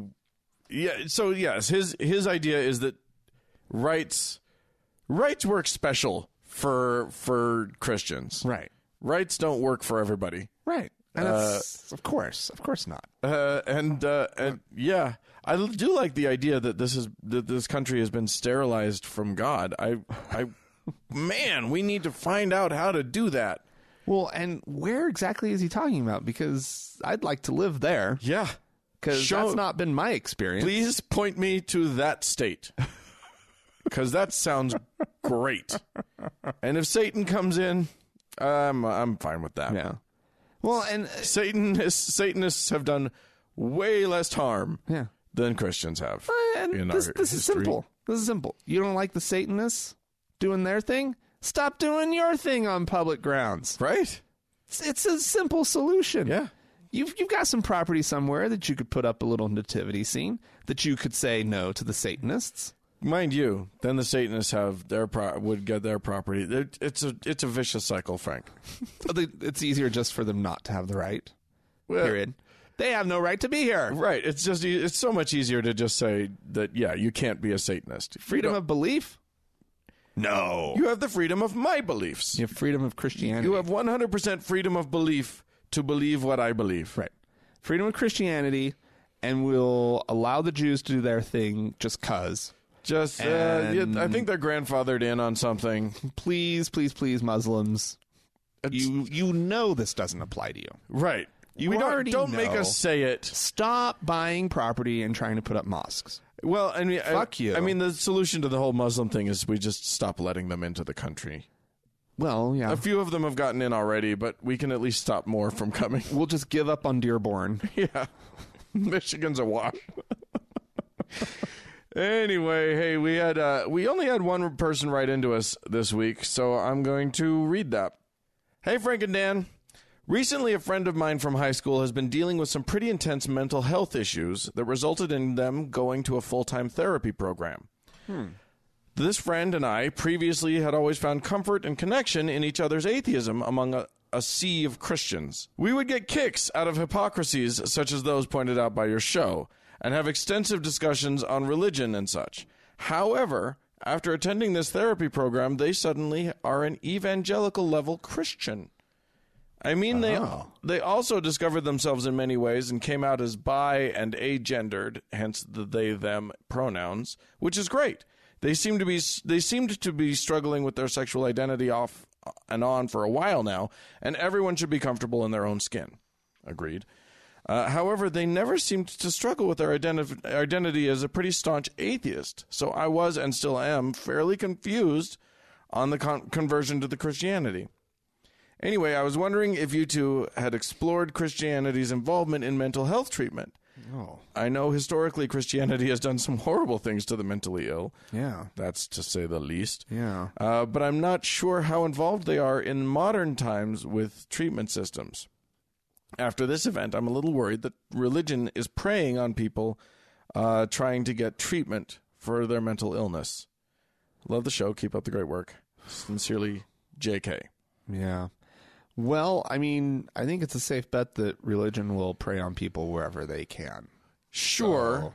Speaker 2: yeah. So yes, his his idea is that rights rights work special for for Christians.
Speaker 1: Right.
Speaker 2: Rights don't work for everybody.
Speaker 1: Right. And that's of course, of course not.
Speaker 2: Uh, and uh, and yeah, I l- do like the idea that this is that this country has been sterilized from God. I I man, we need to find out how to do that.
Speaker 1: Well, and where exactly is he talking about? Because I'd like to live there.
Speaker 2: Yeah.
Speaker 1: because
Speaker 2: Show-
Speaker 1: that's not been my experience.
Speaker 2: Please point me to that state. Cuz that sounds great. And if Satan comes in, I'm I'm fine with that.
Speaker 1: Yeah. Well, and uh,
Speaker 2: Satanists Satanists have done way less harm
Speaker 1: Yeah.
Speaker 2: than Christians have.
Speaker 1: Uh, and
Speaker 2: in
Speaker 1: this
Speaker 2: our
Speaker 1: this is
Speaker 2: history.
Speaker 1: simple. This is simple. You don't like the Satanists doing their thing? Stop doing your thing on public grounds.
Speaker 2: Right?
Speaker 1: It's, it's a simple solution.
Speaker 2: Yeah.
Speaker 1: You've you've got some property somewhere that you could put up a little nativity scene that you could say no to the Satanists.
Speaker 2: Mind you, then the Satanists have their pro- would get their property. It- It's a it's a vicious cycle, Frank.
Speaker 1: But they- It's easier just for them not to have the right.
Speaker 2: Well,
Speaker 1: Period. They have no right to be here.
Speaker 2: Right. It's just e- it's so much easier to just say that yeah, you can't be a Satanist.
Speaker 1: Freedom of belief? No.
Speaker 2: You have the freedom of my beliefs.
Speaker 1: You have freedom of Christianity.
Speaker 2: You have 100% freedom of belief to believe what I believe.
Speaker 1: Right. Freedom of Christianity, and we'll allow the Jews to do their thing just cuz.
Speaker 2: Just, uh,
Speaker 1: And-
Speaker 2: yeah, I think they're grandfathered in on something.
Speaker 1: Please, please, please, Muslims.
Speaker 2: It's-
Speaker 1: You you know this doesn't apply to you.
Speaker 2: Right. You
Speaker 1: We
Speaker 2: don't,
Speaker 1: already
Speaker 2: don't make
Speaker 1: know.
Speaker 2: us say it.
Speaker 1: Stop buying property and trying to put up mosques.
Speaker 2: Well, I mean,
Speaker 1: Fuck
Speaker 2: I,
Speaker 1: you.
Speaker 2: I mean, the solution to the whole Muslim thing is we just stop letting them into the country.
Speaker 1: Well, yeah.
Speaker 2: A few of them have gotten in already, but we can at least stop more from coming.
Speaker 1: we'll just give up on Dearborn.
Speaker 2: yeah. Michigan's a wash. anyway, hey, we had uh, we only had one person write into us this week, so I'm going to read that. Hey, Frank and Dan. Recently, a friend of mine from high school has been dealing with some pretty intense mental health issues that resulted in them going to a full time therapy program. This friend and I previously had always found comfort and connection in each other's atheism among a, a sea of Christians. We would get kicks out of hypocrisies such as those pointed out by your show and have extensive discussions on religion and such. However, after attending this therapy program, they suddenly are an evangelical level Christian. I mean, they they also discovered themselves in many ways and came out as bi and agendered, hence the they them pronouns, which is great. They seem to be they seemed to be struggling with their sexual identity off uh, and on for a while now, and everyone should be comfortable in their own skin. Agreed. Uh, however, they never seemed to struggle with their identi- identity as a pretty staunch atheist. So I was and still am fairly confused on the con- conversion to the Christianity. Anyway, I was wondering if you two had explored Christianity's involvement in mental health treatment.
Speaker 1: Oh,
Speaker 2: I know historically Christianity has done some horrible things to the mentally ill.
Speaker 1: Yeah.
Speaker 2: That's to say the least.
Speaker 1: Yeah.
Speaker 2: Uh, but I'm not sure how involved they are in modern times with treatment systems. After this event, I'm a little worried that religion is preying on people uh, trying to get treatment for their mental illness. Love the show. Keep up the great work. Sincerely, JK.
Speaker 1: Yeah. Well, I mean, I think it's a safe bet that religion will prey on people wherever they can.
Speaker 2: Sure.
Speaker 1: So,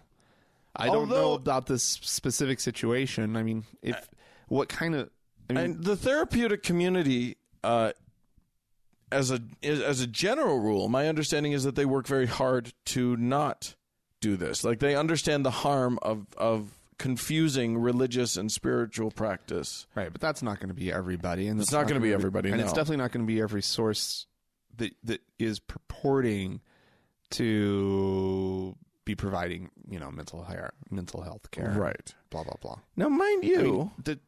Speaker 1: I don't know
Speaker 2: Although- Uh,
Speaker 1: about this specific situation. I mean, if what kind of I mean,
Speaker 2: and the therapeutic community uh, as a is- as a general rule my understanding is that they work very hard to not do this like they understand the harm of of confusing religious and spiritual practice
Speaker 1: right, but that's not going to be everybody, and it's
Speaker 2: not gonna be everybody,
Speaker 1: and it's
Speaker 2: no.
Speaker 1: definitely not going to be every source that that is purporting to be providing you know mental hair, mental health care,
Speaker 2: Right.
Speaker 1: Blah blah blah.
Speaker 2: Now, mind you, I,
Speaker 1: Did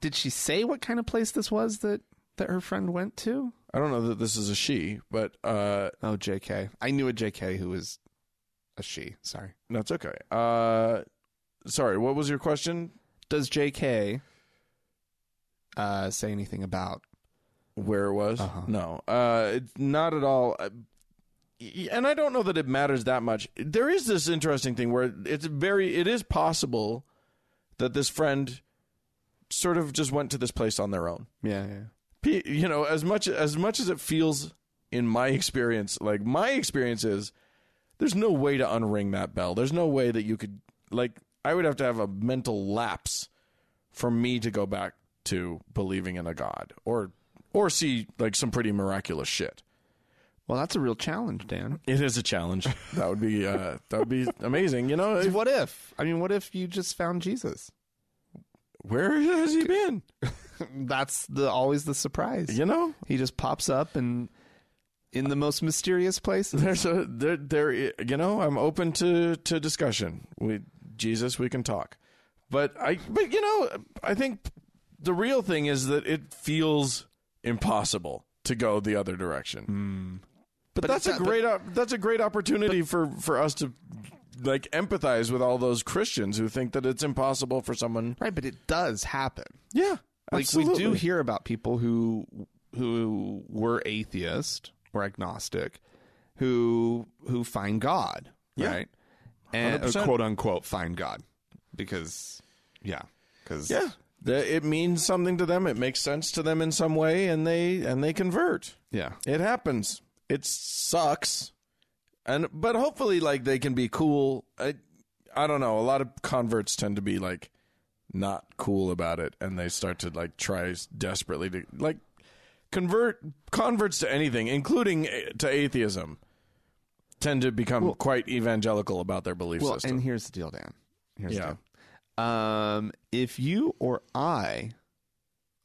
Speaker 1: did she say what kind of place this was that that her friend went to?
Speaker 2: don't know that this is a she, but uh,
Speaker 1: Oh, J.K. I knew a J.K. who was a she. Sorry.
Speaker 2: no, it's okay. Uh, sorry, what was your question?
Speaker 1: Does J.K. Uh, say anything about?
Speaker 2: Where it was? No, uh, it's not at all. Uh, y- And I don't know that it matters that much. There is this interesting thing where it's very. It is possible that this friend sort of just went to this place on their own.
Speaker 1: Yeah, yeah.
Speaker 2: P- you know as much as much as it feels in my experience like my experience is there's no way to unring that bell there's no way that you could like i would have to have a mental lapse for me to go back to believing in a god or or see like some pretty miraculous shit
Speaker 1: Well, that's a real challenge, Dan.
Speaker 2: it is a challenge that would be uh that would be amazing you know if-
Speaker 1: What if? I mean, what if you just found Jesus?
Speaker 2: where has he been
Speaker 1: That's the always the surprise.
Speaker 2: you know
Speaker 1: He just pops up and in the most mysterious places.
Speaker 2: there's a there there you know i'm open to to discussion we jesus we can talk but i but you know i think the real thing is that it feels impossible to go the other direction Hmm. but, that's a
Speaker 1: it's not-
Speaker 2: great op- that's a great opportunity for for us to like empathize with all those christians who think that it's impossible for someone
Speaker 1: Right, but it does happen.
Speaker 2: yeah
Speaker 1: Like
Speaker 2: absolutely.
Speaker 1: we do hear about people who who were atheist or agnostic who who find God,
Speaker 2: Yeah.
Speaker 1: right? And or
Speaker 2: 100%.
Speaker 1: quote unquote find God because yeah, cuz
Speaker 2: yeah The- it means something to them it makes sense to them in some way and they and they convert
Speaker 1: yeah.
Speaker 2: It happens. It sucks. And but hopefully like they can be cool. I I don't know. A lot of converts tend to be like not cool about it and they start to like try s- desperately to like convert converts to anything including a- to atheism tend to become quite evangelical about their belief
Speaker 1: Well,
Speaker 2: system.
Speaker 1: and here's the deal, Dan. Here's
Speaker 2: Yeah.
Speaker 1: the deal. Um if you or I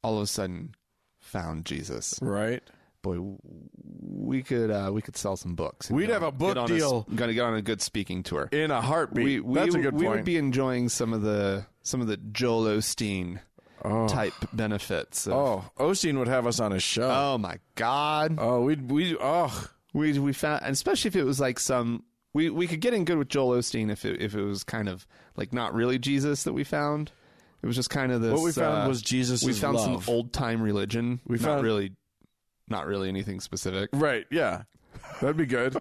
Speaker 1: all of a sudden found Jesus,
Speaker 2: right?
Speaker 1: boy, we could uh, we could sell some books. and
Speaker 2: We'd
Speaker 1: get
Speaker 2: have
Speaker 1: on-
Speaker 2: a book
Speaker 1: get on
Speaker 2: deal.
Speaker 1: gonna get on a good speaking tour.
Speaker 2: In a heartbeat.
Speaker 1: we we,
Speaker 2: That's a
Speaker 1: w-
Speaker 2: good
Speaker 1: we
Speaker 2: point.
Speaker 1: would be enjoying some of the some of the Joel Osteen
Speaker 2: oh.
Speaker 1: type benefits. Of,
Speaker 2: oh, Osteen would have us on his show.
Speaker 1: oh my God!
Speaker 2: Oh, we'd we oh
Speaker 1: We we found, and especially if it was like some. We, we could get in good with Joel Osteen if it, if it was kind of like not really Jesus that we found. It was just kind of this.
Speaker 2: What we found
Speaker 1: uh,
Speaker 2: was Jesus'
Speaker 1: We found
Speaker 2: love.
Speaker 1: some old time religion. We not
Speaker 2: found-
Speaker 1: really, not really anything specific.
Speaker 2: Right. Yeah. That'd be good.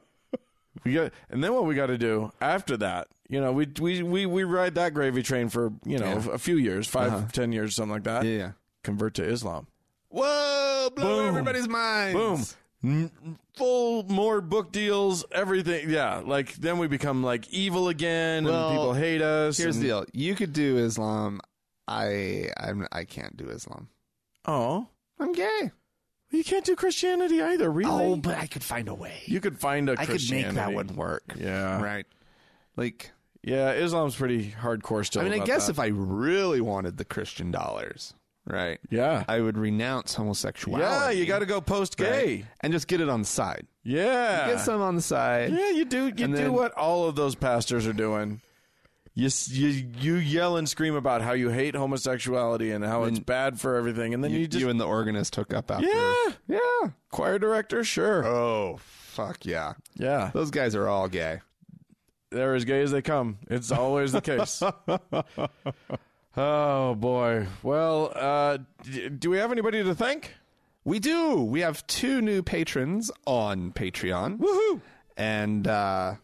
Speaker 2: we got, and then what we got to do after that? You know, we we we we ride that gravy train for you know a few years, five, ten years, something like that.
Speaker 1: Uh-huh. Yeah, yeah.
Speaker 2: Convert to Islam.
Speaker 1: Whoa! Blow
Speaker 2: Boom.
Speaker 1: everybody's minds.
Speaker 2: Boom. N- Full more book deals, everything. Yeah, like then we become like evil again,
Speaker 1: Well,
Speaker 2: and people hate us.
Speaker 1: Here's
Speaker 2: and-
Speaker 1: the deal: you could do Islam. I I'm I can't do Islam.
Speaker 2: oh,
Speaker 1: I'm gay.
Speaker 2: you can't do Christianity either, really.
Speaker 1: Oh, but I could find a way.
Speaker 2: you could find a
Speaker 1: I could make
Speaker 2: Christianity.
Speaker 1: that one work.
Speaker 2: Yeah,
Speaker 1: Right. Like
Speaker 2: yeah. Islam's pretty hardcore still.
Speaker 1: I mean, I
Speaker 2: about
Speaker 1: guess
Speaker 2: that.
Speaker 1: if I really wanted the Christian dollars, right?
Speaker 2: yeah,
Speaker 1: I would renounce homosexuality.
Speaker 2: yeah, you got to go post gay.
Speaker 1: right? and just get it on the side.
Speaker 2: Yeah.
Speaker 1: Get some on the side.
Speaker 2: yeah, you do. You
Speaker 1: And
Speaker 2: do
Speaker 1: then-
Speaker 2: what all of those pastors are doing. You, s- you you yell and scream about how you hate homosexuality and how it's bad for everything, and then you,
Speaker 1: You,
Speaker 2: just
Speaker 1: you and the organist hook up after.
Speaker 2: yeah
Speaker 1: Yeah.
Speaker 2: choir director sure
Speaker 1: Oh fuck yeah!
Speaker 2: yeah
Speaker 1: Those guys are all gay.
Speaker 2: they're as gay as they come it's always the case. oh boy. Well, uh, d- do we have anybody to thank?
Speaker 1: We do. We have two new patrons on Patreon. Woohoo! And uh,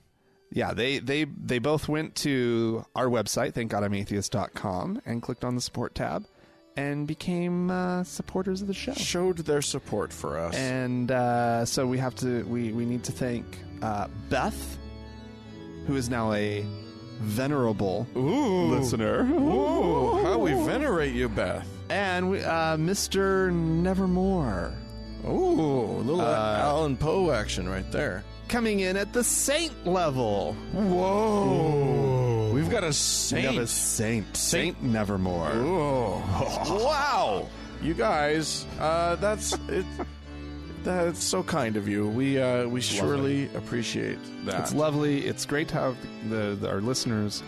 Speaker 1: yeah, they they they both went to our website, thankgodimatheist.com, and clicked on the support tab and became uh, supporters of the show.
Speaker 2: Showed their support for us.
Speaker 1: And uh, so we have to we we need to thank uh, Beth, who is now a venerable
Speaker 2: Ooh,
Speaker 1: listener.
Speaker 2: Ooh, how we venerate you, Beth.
Speaker 1: And we, uh, Mr. Nevermore.
Speaker 2: Ooh, a little Alan Poe action right there.
Speaker 1: Coming in at the saint level.
Speaker 2: Whoa. We've got a
Speaker 1: Saint.
Speaker 2: saint.
Speaker 1: saint. Saint Nevermore.
Speaker 2: Whoa.
Speaker 1: Wow.
Speaker 2: You guys, uh, that's it. That's so kind of you. We uh, we surely appreciate that.
Speaker 1: It's lovely. It's great to have the, the our listeners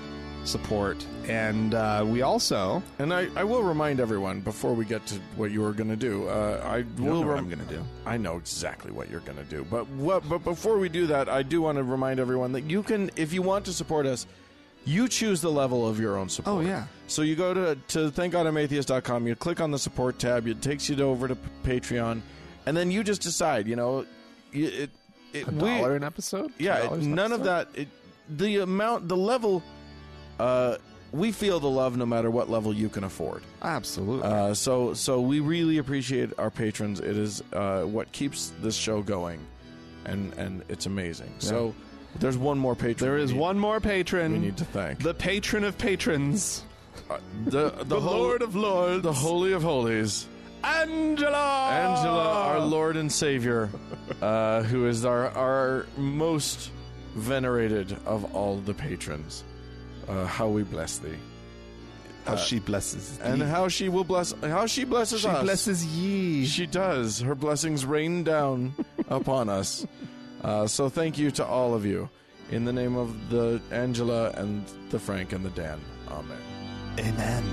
Speaker 1: support, and uh, we also
Speaker 2: and I, I will remind everyone before we get to what you are going to do. Uh, I will.
Speaker 4: know what
Speaker 2: rem-
Speaker 4: I'm gonna do.
Speaker 2: I know exactly what you're going to do. But what? But before we do that, I do want to remind everyone that you can, if you want to support us, you choose the level of your own support.
Speaker 1: Oh, yeah.
Speaker 2: So you go to to thankgodimatheist.com. You click on the support tab. It takes you to- over to P- Patreon, and then you just decide. You know, you- it. it
Speaker 1: a
Speaker 2: we-
Speaker 1: dollar an episode.
Speaker 2: yeah,
Speaker 1: $2 an
Speaker 2: none of
Speaker 1: episode?
Speaker 2: that. It, the amount, the level, uh, we feel the love no matter what level you can afford.
Speaker 1: Absolutely.
Speaker 2: Uh, so, so we really appreciate our patrons. It is uh, what keeps this show going, and and it's amazing. So, there's one more patron.
Speaker 1: there is
Speaker 2: we need-
Speaker 1: one more patron.
Speaker 2: we need to thank
Speaker 1: the patron of patrons,
Speaker 2: Uh, the the,
Speaker 1: the
Speaker 2: hol-
Speaker 1: Lord of Lords,
Speaker 2: the holy of holies,
Speaker 1: Angela.
Speaker 2: Angela,
Speaker 1: Ah.
Speaker 2: our Lord and Savior, uh, who is our our most venerated of all the patrons. Uh, how we bless thee.
Speaker 1: How she blesses.
Speaker 2: and
Speaker 1: thee.
Speaker 2: how she will bless how she blesses
Speaker 1: she
Speaker 2: us.
Speaker 1: blesses ye.
Speaker 2: she does. Her blessings rain down upon us. Uh, so thank you to all of you, in the name of the Angela and the Frank and the Dan. Amen.
Speaker 1: Amen.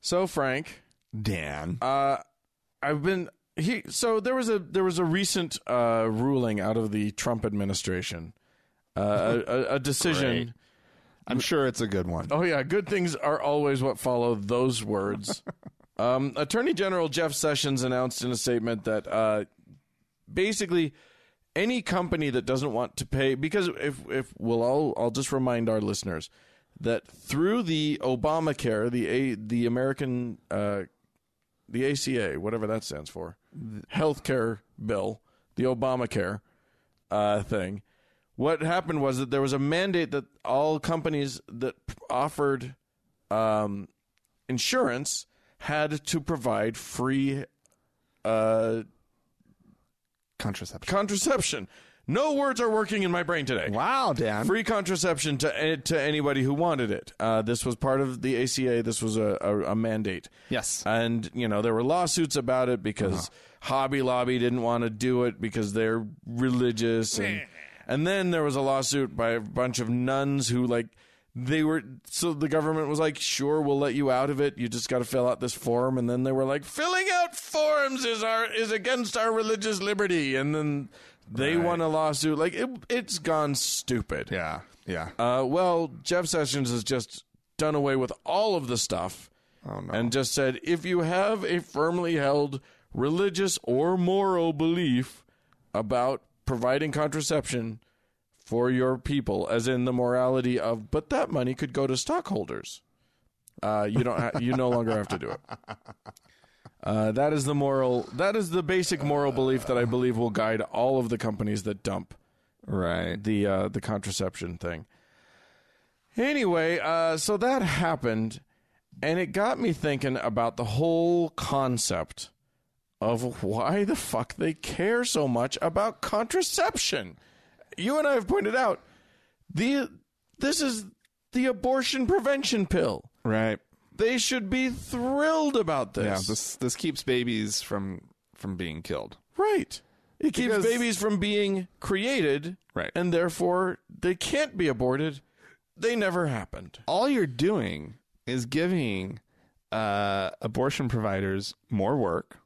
Speaker 2: So Frank,
Speaker 1: Dan.
Speaker 2: uh, I've been he. So there was a there was a recent uh, ruling out of the Trump administration, uh, a, a, a decision.
Speaker 1: I'm sure it's a good one.
Speaker 2: Oh yeah, good things are always what follow those words. um, Attorney General Jeff Sessions announced in a statement that uh, basically any company that doesn't want to pay because if if well I'll I'll just remind our listeners that through the Obamacare the a the American uh, the ACA whatever that stands for healthcare bill the Obamacare uh, thing what happened was that there was a mandate that all companies that p- offered um, insurance had to provide free uh,
Speaker 1: Contraception.
Speaker 2: contraception. No words are working in my brain today.
Speaker 1: Wow, Dan.
Speaker 2: Free contraception to eh, to anybody who wanted it. Uh, this was part of the ACA. This was a, a, a mandate.
Speaker 1: Yes. Uh-huh.
Speaker 2: And you know there were lawsuits about it because Hobby Lobby didn't want to do it because they're religious,
Speaker 1: Eh.
Speaker 2: and and then there was a lawsuit by a bunch of nuns who like they were so the government was like sure we'll let you out of it you just got to fill out this form and then they were like filling out forms is our is against our religious liberty and then they won a lawsuit like it, it's gone stupid
Speaker 1: yeah. Yeah.
Speaker 2: uh, well, Jeff Sessions has just done away with all of the stuff and just said if you have a firmly held religious or moral belief about providing contraception for your people, as in the morality of, but that money could go to stockholders. Uh, you don't. Ha- you no longer have to do it. Uh, that is the moral. That is the basic moral belief that I believe will guide all of the companies that dump
Speaker 1: right.
Speaker 2: the uh, the contraception thing. Anyway, uh, so that happened, and it got me thinking about the whole concept of why the fuck they care so much about contraception. You and I have pointed out the this is the abortion prevention pill.
Speaker 1: Right.
Speaker 2: They should be thrilled about this.
Speaker 1: Yeah. This this keeps babies from from being killed.
Speaker 2: Right. It keeps
Speaker 1: Because-
Speaker 2: babies from being created,
Speaker 1: Right.
Speaker 2: and therefore they can't be aborted. They never happened.
Speaker 1: All you're doing is giving uh, abortion providers more work,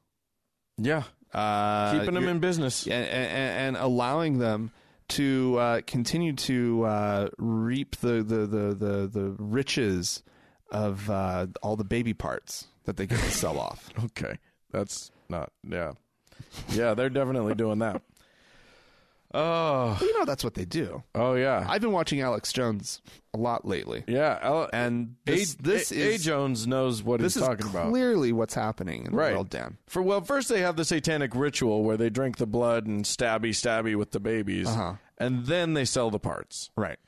Speaker 2: Yeah,
Speaker 1: uh,
Speaker 2: keeping them
Speaker 1: you're-
Speaker 2: in business.
Speaker 1: and, and, and allowing them to uh, continue to uh, reap the the, the, the the riches of uh, all the baby parts that they get to sell off.
Speaker 2: Okay, that's not. Yeah, yeah, they're definitely doing that. Oh,
Speaker 1: you know that's what they do.
Speaker 2: oh yeah,
Speaker 1: I've been watching Alex Jones a lot lately,
Speaker 2: yeah. Al-
Speaker 1: and
Speaker 2: a,
Speaker 1: this, this
Speaker 2: A-
Speaker 1: is
Speaker 2: A. Jones knows what
Speaker 1: this
Speaker 2: he's
Speaker 1: is
Speaker 2: talking about.
Speaker 1: clearly what's happening in
Speaker 2: Right.
Speaker 1: the world, Dan.
Speaker 2: For well, first they have the satanic ritual where they drink the blood and stabby stabby with the babies,
Speaker 1: Uh-huh.
Speaker 2: and then they sell the parts.
Speaker 1: Right.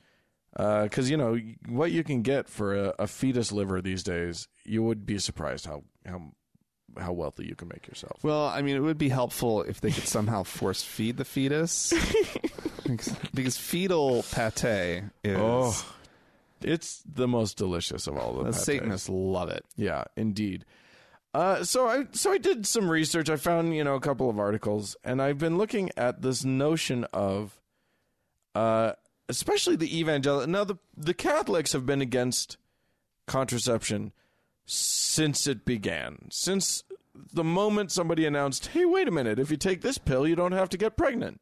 Speaker 2: because you know what you can get for a, a fetus liver these days, you would be surprised how how how wealthy you can make yourself.
Speaker 1: Well, I mean, it would be helpful if they could somehow force feed the fetus because fetal pate is
Speaker 2: Oh, it's the most delicious of all the
Speaker 1: the
Speaker 2: pâtés.
Speaker 1: uh, Satanists love it.
Speaker 2: Yeah, indeed. Uh, so I so I did some research. I found you know a couple of articles, and I've been looking at this notion of, uh, especially the evangelical. Now the the Catholics have been against contraception since it began. Since the moment somebody announced, "Hey, wait a minute! If you take this pill, you don't have to get pregnant."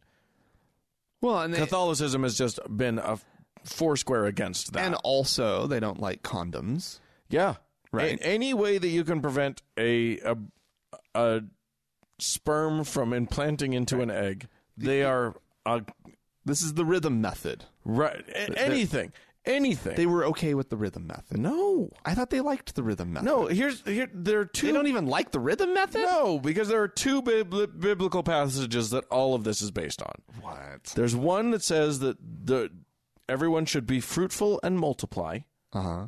Speaker 1: Well, and they,
Speaker 2: Catholicism has just been a foursquare against that.
Speaker 1: and also they don't like condoms.
Speaker 2: Yeah.
Speaker 1: Right.
Speaker 2: A- any way that you can prevent a a, a sperm from implanting into an egg, they
Speaker 1: e-,
Speaker 2: are uh,
Speaker 1: This is the rhythm method.
Speaker 2: right. a- anything, anything.
Speaker 1: They were okay with the rhythm method.
Speaker 2: no,
Speaker 1: I thought they liked the rhythm method.
Speaker 2: no. Here's here. There are two.
Speaker 1: they don't even like the rhythm method.
Speaker 2: no, because there are two bibli- biblical passages that all of this is based on.
Speaker 1: What?
Speaker 2: There's one that says that the everyone should be fruitful and multiply.
Speaker 1: Uh huh.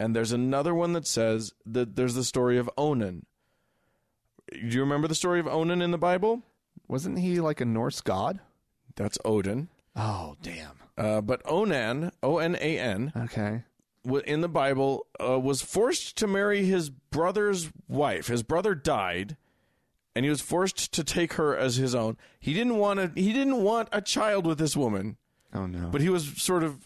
Speaker 2: And there's another one that says that there's the story of Onan. Do you remember the story of Onan in the Bible?
Speaker 1: Wasn't he like a Norse god?
Speaker 2: That's Odin.
Speaker 1: Oh damn.
Speaker 2: Uh, but Onan, O N A N,
Speaker 1: Okay.
Speaker 2: wa- in the Bible, uh, was forced to marry his brother's wife. His brother died, and he was forced to take her as his own. He didn't want to. He didn't want a child with this woman,
Speaker 1: Oh no.
Speaker 2: but he was sort of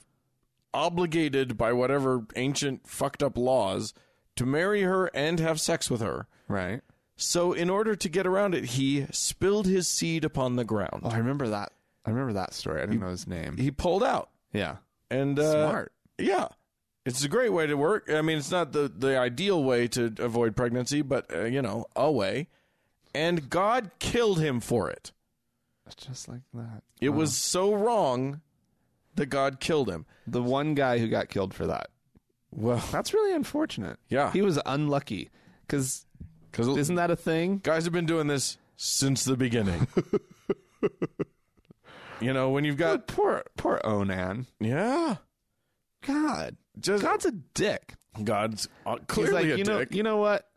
Speaker 2: obligated by whatever ancient fucked up laws to marry her and have sex with her.
Speaker 1: right.
Speaker 2: So, in order to get around it, he spilled his seed upon the ground.
Speaker 1: Oh, I remember that. I remember that story. I didn't know his name.
Speaker 2: He pulled out,
Speaker 1: Yeah.
Speaker 2: and uh,
Speaker 1: Smart.
Speaker 2: Yeah. It's a great way to work. I mean, it's not the, the ideal way to avoid pregnancy, but, uh, you know, a way. And God killed him for it.
Speaker 1: Just like that.
Speaker 2: It was so wrong that God killed him.
Speaker 1: The one guy who got killed for that.
Speaker 2: Well,
Speaker 1: That's really unfortunate.
Speaker 2: Yeah.
Speaker 1: He was unlucky. Because
Speaker 2: because
Speaker 1: isn't that a thing?
Speaker 2: guys have been doing this since the beginning. you know, when you've got.
Speaker 1: Poor, poor Onan.
Speaker 2: Yeah.
Speaker 1: God.
Speaker 2: Just
Speaker 1: God's a dick.
Speaker 2: God's uh,
Speaker 1: He's
Speaker 2: clearly
Speaker 1: like,
Speaker 2: a
Speaker 1: you know,
Speaker 2: dick.
Speaker 1: you know what?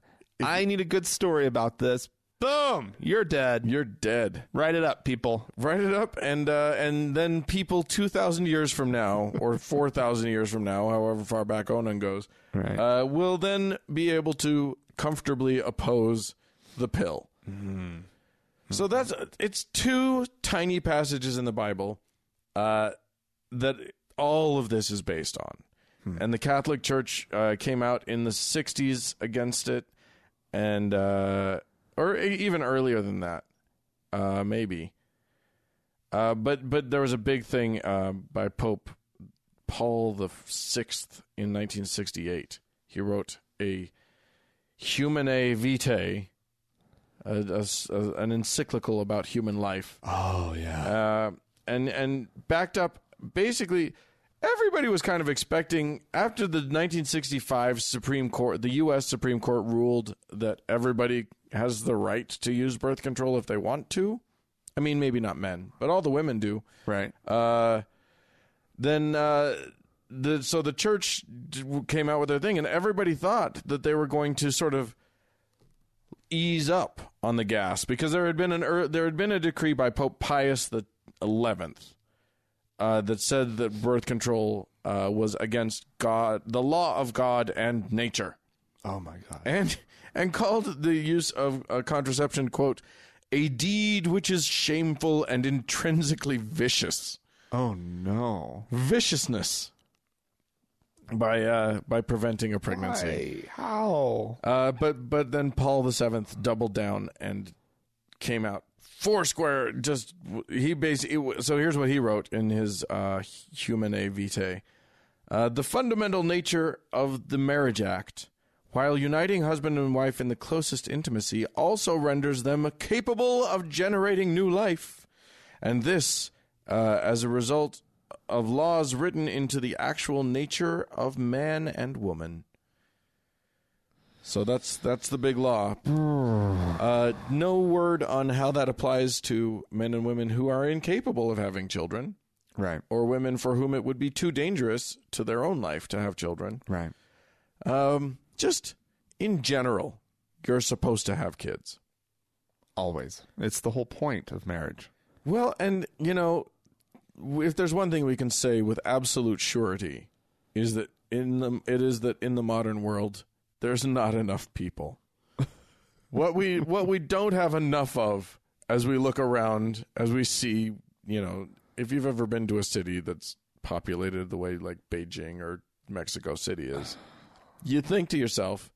Speaker 1: I need a good story about this. Boom. You're dead.
Speaker 2: You're dead.
Speaker 1: Write it up, people.
Speaker 2: write it up and uh, and then people 2000 years from now or 4000 years from now however far back onan goes
Speaker 1: Right.
Speaker 2: uh, will then be able to comfortably oppose the pill so that's it's two tiny passages in the bible uh, that all of this is based on and the catholic church uh, came out in the 60s against it and uh, or e- even earlier than that uh, maybe uh, but but there was a big thing uh, by Pope Paul the Sixth in 1968. He wrote a Humanae Vitae, a, a s- a- an encyclical about human life,
Speaker 1: Oh, yeah.
Speaker 2: uh, and and backed up basically. Everybody was kind of expecting after the 1965 Supreme Court, the U.S. Supreme Court ruled that everybody has the right to use birth control if they want to. I mean, maybe not men, but all the women do
Speaker 1: Right.
Speaker 2: uh, then uh, the so the church d- came out with their thing, and everybody thought that they were going to sort of ease up on the gas because there had been an er, there had been a decree by Pope Pius the Eleventh uh, that said that birth control uh, was against God, the law of God and nature
Speaker 1: Oh, my God.
Speaker 2: and and called the use of uh, contraception quote a deed which is shameful and intrinsically vicious
Speaker 1: Oh, no.
Speaker 2: viciousness by uh by preventing a pregnancy
Speaker 1: Hey, how?
Speaker 2: uh but but then paul the seventh doubled down and came out foursquare just he basically so here's what he wrote in his uh humanae vitae uh, the fundamental nature of the marriage act, while uniting husband and wife in the closest intimacy, also renders them capable of generating new life. And this, uh, as a result of laws written into the actual nature of man and woman. So that's that's the big law. Uh, no word on how that applies to men and women who are incapable of having children
Speaker 1: Right.
Speaker 2: or women for whom it would be too dangerous to their own life to have children.
Speaker 1: Right.
Speaker 2: Um, just in general, you're supposed to have kids.
Speaker 1: Always. It's the whole point of marriage.
Speaker 2: Well, and you know, if there's one thing we can say with absolute surety is that in the it is that in the modern world there's not enough people. what we what we don't have enough of as we look around, as we see, you know, if you've ever been to a city that's populated the way like Beijing or Mexico City is, you think to yourself,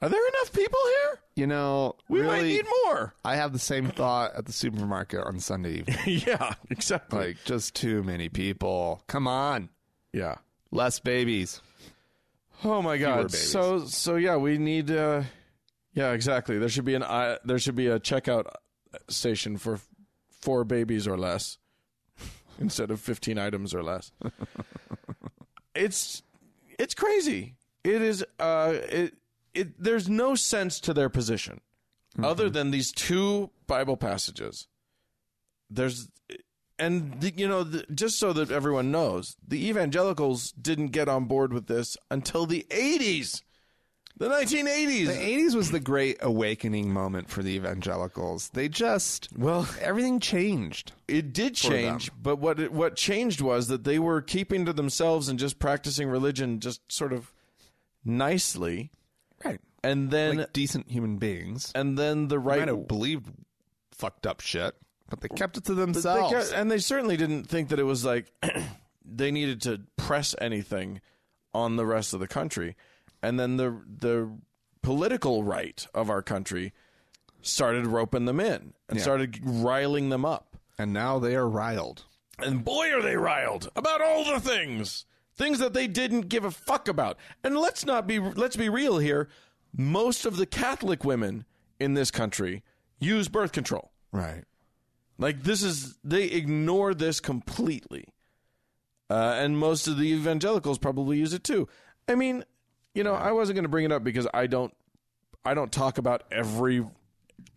Speaker 2: are there enough people here?
Speaker 1: You know,
Speaker 2: We
Speaker 1: really,
Speaker 2: might need more.
Speaker 1: I have the same thought at the supermarket on Sunday evening.
Speaker 2: yeah, exactly.
Speaker 1: like, just too many people. Come on,
Speaker 2: yeah.
Speaker 1: less babies.
Speaker 2: Oh my god.
Speaker 1: babies.
Speaker 2: So so yeah, we need uh yeah, exactly. There should be an I there should be a checkout station for f- four babies or less instead of 15 items or less. it's it's crazy. It is uh it it there's no sense to their position other than these two Bible passages. There's and the, you know the, just so that everyone knows the evangelicals didn't get on board with this until the 80s the 1980s
Speaker 1: The 80s was the great awakening moment for the evangelicals. They just, well, everything changed.
Speaker 2: it did change but what it, what changed was that they were keeping to themselves and just practicing religion just sort of nicely
Speaker 1: Right. uh,
Speaker 2: and then
Speaker 1: Like decent human beings.
Speaker 2: and then the right
Speaker 1: Kind of believed fucked up shit, but they kept it to
Speaker 2: They
Speaker 1: themselves.
Speaker 2: ca- and they certainly didn't think that it was like they needed to press anything on the rest of the country. And then the the political right of our country started roping them in and started riling them up.
Speaker 1: and now they are riled.
Speaker 2: And boy, are they riled about all the things, things that they didn't give a fuck about. And let's not be let's be real here. Most of the Catholic women in this country use birth control.
Speaker 1: Right.
Speaker 2: Like this is they ignore this completely, uh, and most of the evangelicals probably use it too. I mean, you know, I wasn't going to bring it up because I don't, I don't talk about every,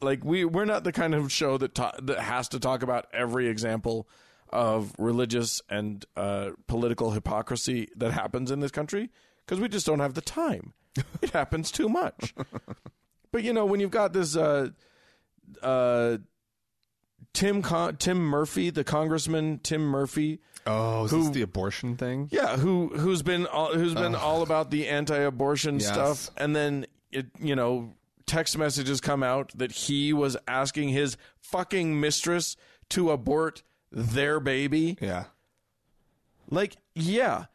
Speaker 2: like we we're not the kind of show that ta- that has to talk about every example of religious and uh, political hypocrisy that happens in this country because we just don't have the time. it happens too much. but you know, when you've got this. Uh, uh, Tim Con- Tim Murphy, the congressman Tim Murphy,
Speaker 1: Oh, is this the abortion thing?
Speaker 2: yeah, who who's been all, who's been all about the anti-abortion
Speaker 1: Yes.
Speaker 2: stuff, and then it you know text messages come out that he was asking his fucking mistress to abort their baby.
Speaker 1: Yeah.
Speaker 2: Like, yeah.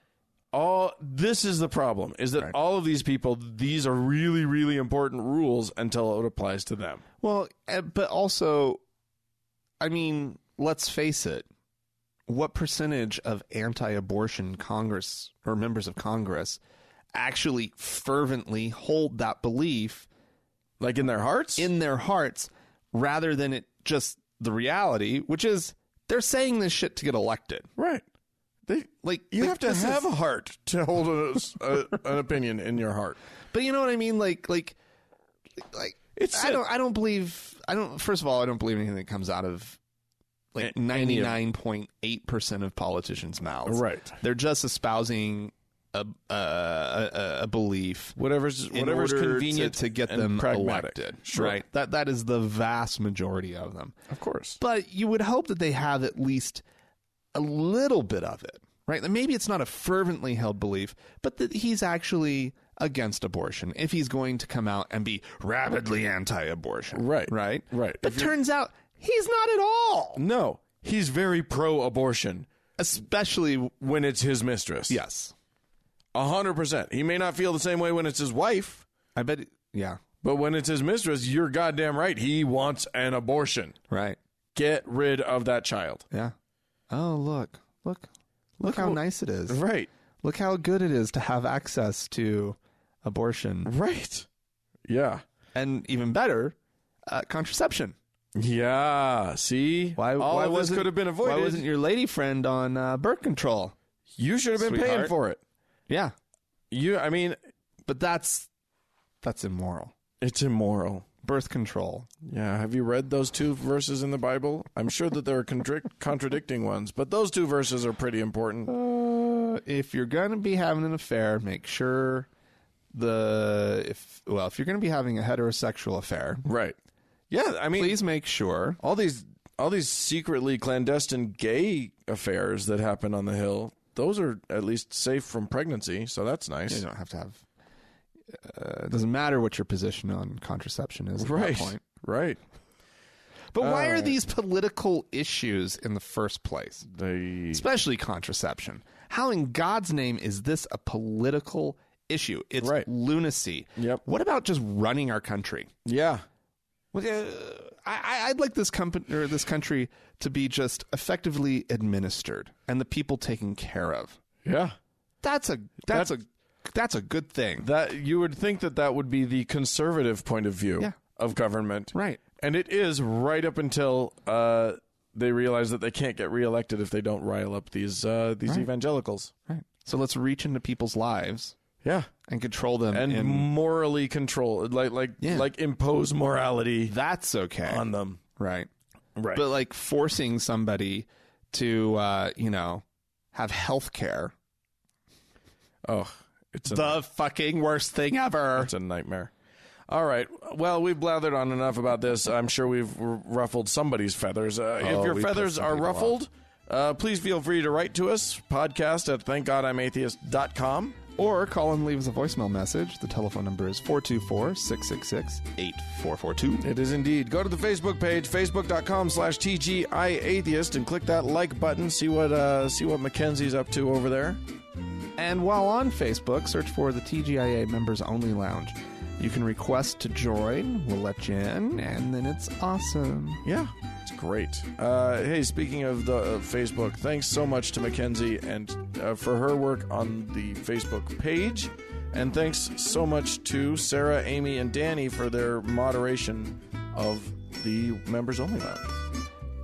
Speaker 2: All this is the problem is that all of these people, these are really, really important rules until it applies to them.
Speaker 1: Well, eh, but also, I mean, let's face it. What percentage of anti abortion Congress or members of Congress actually fervently hold that belief
Speaker 2: Like in their hearts?
Speaker 1: in their hearts rather than it just the reality, which is they're saying this shit to get elected?
Speaker 2: right. They
Speaker 1: Like,
Speaker 2: You
Speaker 1: like,
Speaker 2: have to
Speaker 1: this
Speaker 2: have
Speaker 1: is-
Speaker 2: a heart to hold a, a- an opinion in your heart.
Speaker 1: But you know what I mean? Like, like, like.
Speaker 2: It's
Speaker 1: I don't. I don't believe. I don't. First of all, I don't believe anything that comes out of like
Speaker 2: A- any
Speaker 1: ninety
Speaker 2: of-
Speaker 1: nine point eight percent of politicians' mouths.
Speaker 2: Right.
Speaker 1: They're just espousing a a, a, a belief.
Speaker 2: whatever's
Speaker 1: in
Speaker 2: whatever's
Speaker 1: order to-
Speaker 2: convenient
Speaker 1: to, get
Speaker 2: and
Speaker 1: them
Speaker 2: pragmatic.
Speaker 1: elected,
Speaker 2: Sure.
Speaker 1: right? That that is the vast majority of them.
Speaker 2: Of course.
Speaker 1: But you would hope that they have at least a little bit of it, right? That Maybe it's not a fervently held belief, but that he's actually against abortion if he's going to come out and be rabidly anti abortion.
Speaker 2: Right.
Speaker 1: Right.
Speaker 2: Right.
Speaker 1: But
Speaker 2: If you're-
Speaker 1: turns out he's not at all,
Speaker 2: No, he's very pro-abortion
Speaker 1: especially.
Speaker 2: when it's his mistress.
Speaker 1: Yes.
Speaker 2: a hundred percent. He may not feel the same way when it's his wife,
Speaker 1: I bet. Yeah.
Speaker 2: but when it's his mistress, you're goddamn right. He wants an abortion.
Speaker 1: Right.
Speaker 2: Get rid of that child.
Speaker 1: Yeah. Oh, look. Look. Look, how nice it is.
Speaker 2: Right.
Speaker 1: Look how good it is to have access to abortion.
Speaker 2: Right. Yeah.
Speaker 1: And even better, uh, contraception.
Speaker 2: Yeah. See,
Speaker 1: Why,
Speaker 2: all
Speaker 1: why
Speaker 2: of this
Speaker 1: wasn't-
Speaker 2: could have been avoided.
Speaker 1: Why wasn't your lady friend on uh, birth control?
Speaker 2: you should have been paying
Speaker 1: Sweetheart.
Speaker 2: for it.
Speaker 1: Yeah,
Speaker 2: You. I mean,
Speaker 1: but that's that's immoral.
Speaker 2: it's immoral.
Speaker 1: Birth control.
Speaker 2: Yeah, have you read those two verses in the Bible? I'm sure that there are contric- contradicting ones, but those two verses are pretty important.
Speaker 1: Uh, if you're gonna be having an affair, make sure the if well if you're gonna be having a heterosexual affair,
Speaker 2: Right. Yeah, I mean,
Speaker 1: please make sure
Speaker 2: all these all these secretly clandestine gay affairs that happen on the hill. Those are at least safe from pregnancy, so that's nice.
Speaker 1: You don't have to have. Uh, it doesn't matter what your position on contraception is at
Speaker 2: right,
Speaker 1: that point. Uh,
Speaker 2: right.
Speaker 1: But why are
Speaker 2: Alright.
Speaker 1: these political issues in the first place?
Speaker 2: They
Speaker 1: Especially contraception. How in God's name is this a political issue? It's
Speaker 2: Right.
Speaker 1: lunacy.
Speaker 2: Yep.
Speaker 1: What about just running our country?
Speaker 2: yeah.
Speaker 1: Well, uh, I, I- I'd like this company or this country to be just effectively administered and the people taken care of.
Speaker 2: Yeah.
Speaker 1: That's a that's a that's a good thing.
Speaker 2: That you would think that that would be the conservative point of view
Speaker 1: Yeah.
Speaker 2: of government.
Speaker 1: Right.
Speaker 2: And it is right up until uh, they realize that they can't get reelected if they don't rile up these uh, these evangelicals.
Speaker 1: Right. So let's reach into people's lives
Speaker 2: Yeah.
Speaker 1: and control them.
Speaker 2: And
Speaker 1: And
Speaker 2: morally control like like
Speaker 1: Yeah.
Speaker 2: like impose morality
Speaker 1: that's okay.
Speaker 2: on them.
Speaker 1: right.
Speaker 2: Right.
Speaker 1: But like forcing somebody to, uh, you know, have health care.
Speaker 2: oh, it's a
Speaker 1: The fucking worst thing ever.
Speaker 2: It's a nightmare. All right. Well, we've blathered on enough about this. I'm sure we've r- ruffled somebody's feathers. Uh,
Speaker 1: Oh,
Speaker 2: if your
Speaker 1: we pissed
Speaker 2: feathers
Speaker 1: some
Speaker 2: are
Speaker 1: people off.
Speaker 2: ruffled, uh, please feel free to write to us, podcast at thankgodimatheist.com.
Speaker 1: Or Colin leaves a voicemail message. The telephone number is 424 666 8442.
Speaker 2: It is indeed. Go to the Facebook page, facebook.com slash TGIAtheist, and click that like button. See what uh, see what Mackenzie's up to over there.
Speaker 1: And while on Facebook, search for the TGIA Members Only Lounge. You can request to join, we'll let you in, and then it's awesome.
Speaker 2: Yeah, it's great. Uh, hey, speaking of the uh, Facebook, thanks so much to Mackenzie and uh, for her work on the Facebook page, and thanks so much to Sarah, Amy, and Danny for their moderation of the members only lounge.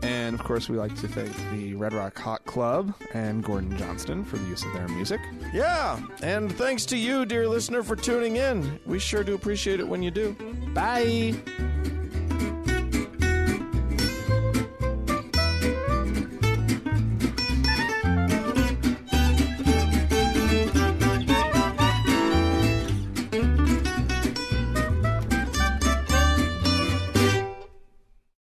Speaker 1: And of course, we like to thank the Red Rock Hot Club and Gordon Johnston for the use of their music.
Speaker 2: Yeah, and thanks to you, dear listener, for tuning in. We sure do appreciate it when you do.
Speaker 1: Bye!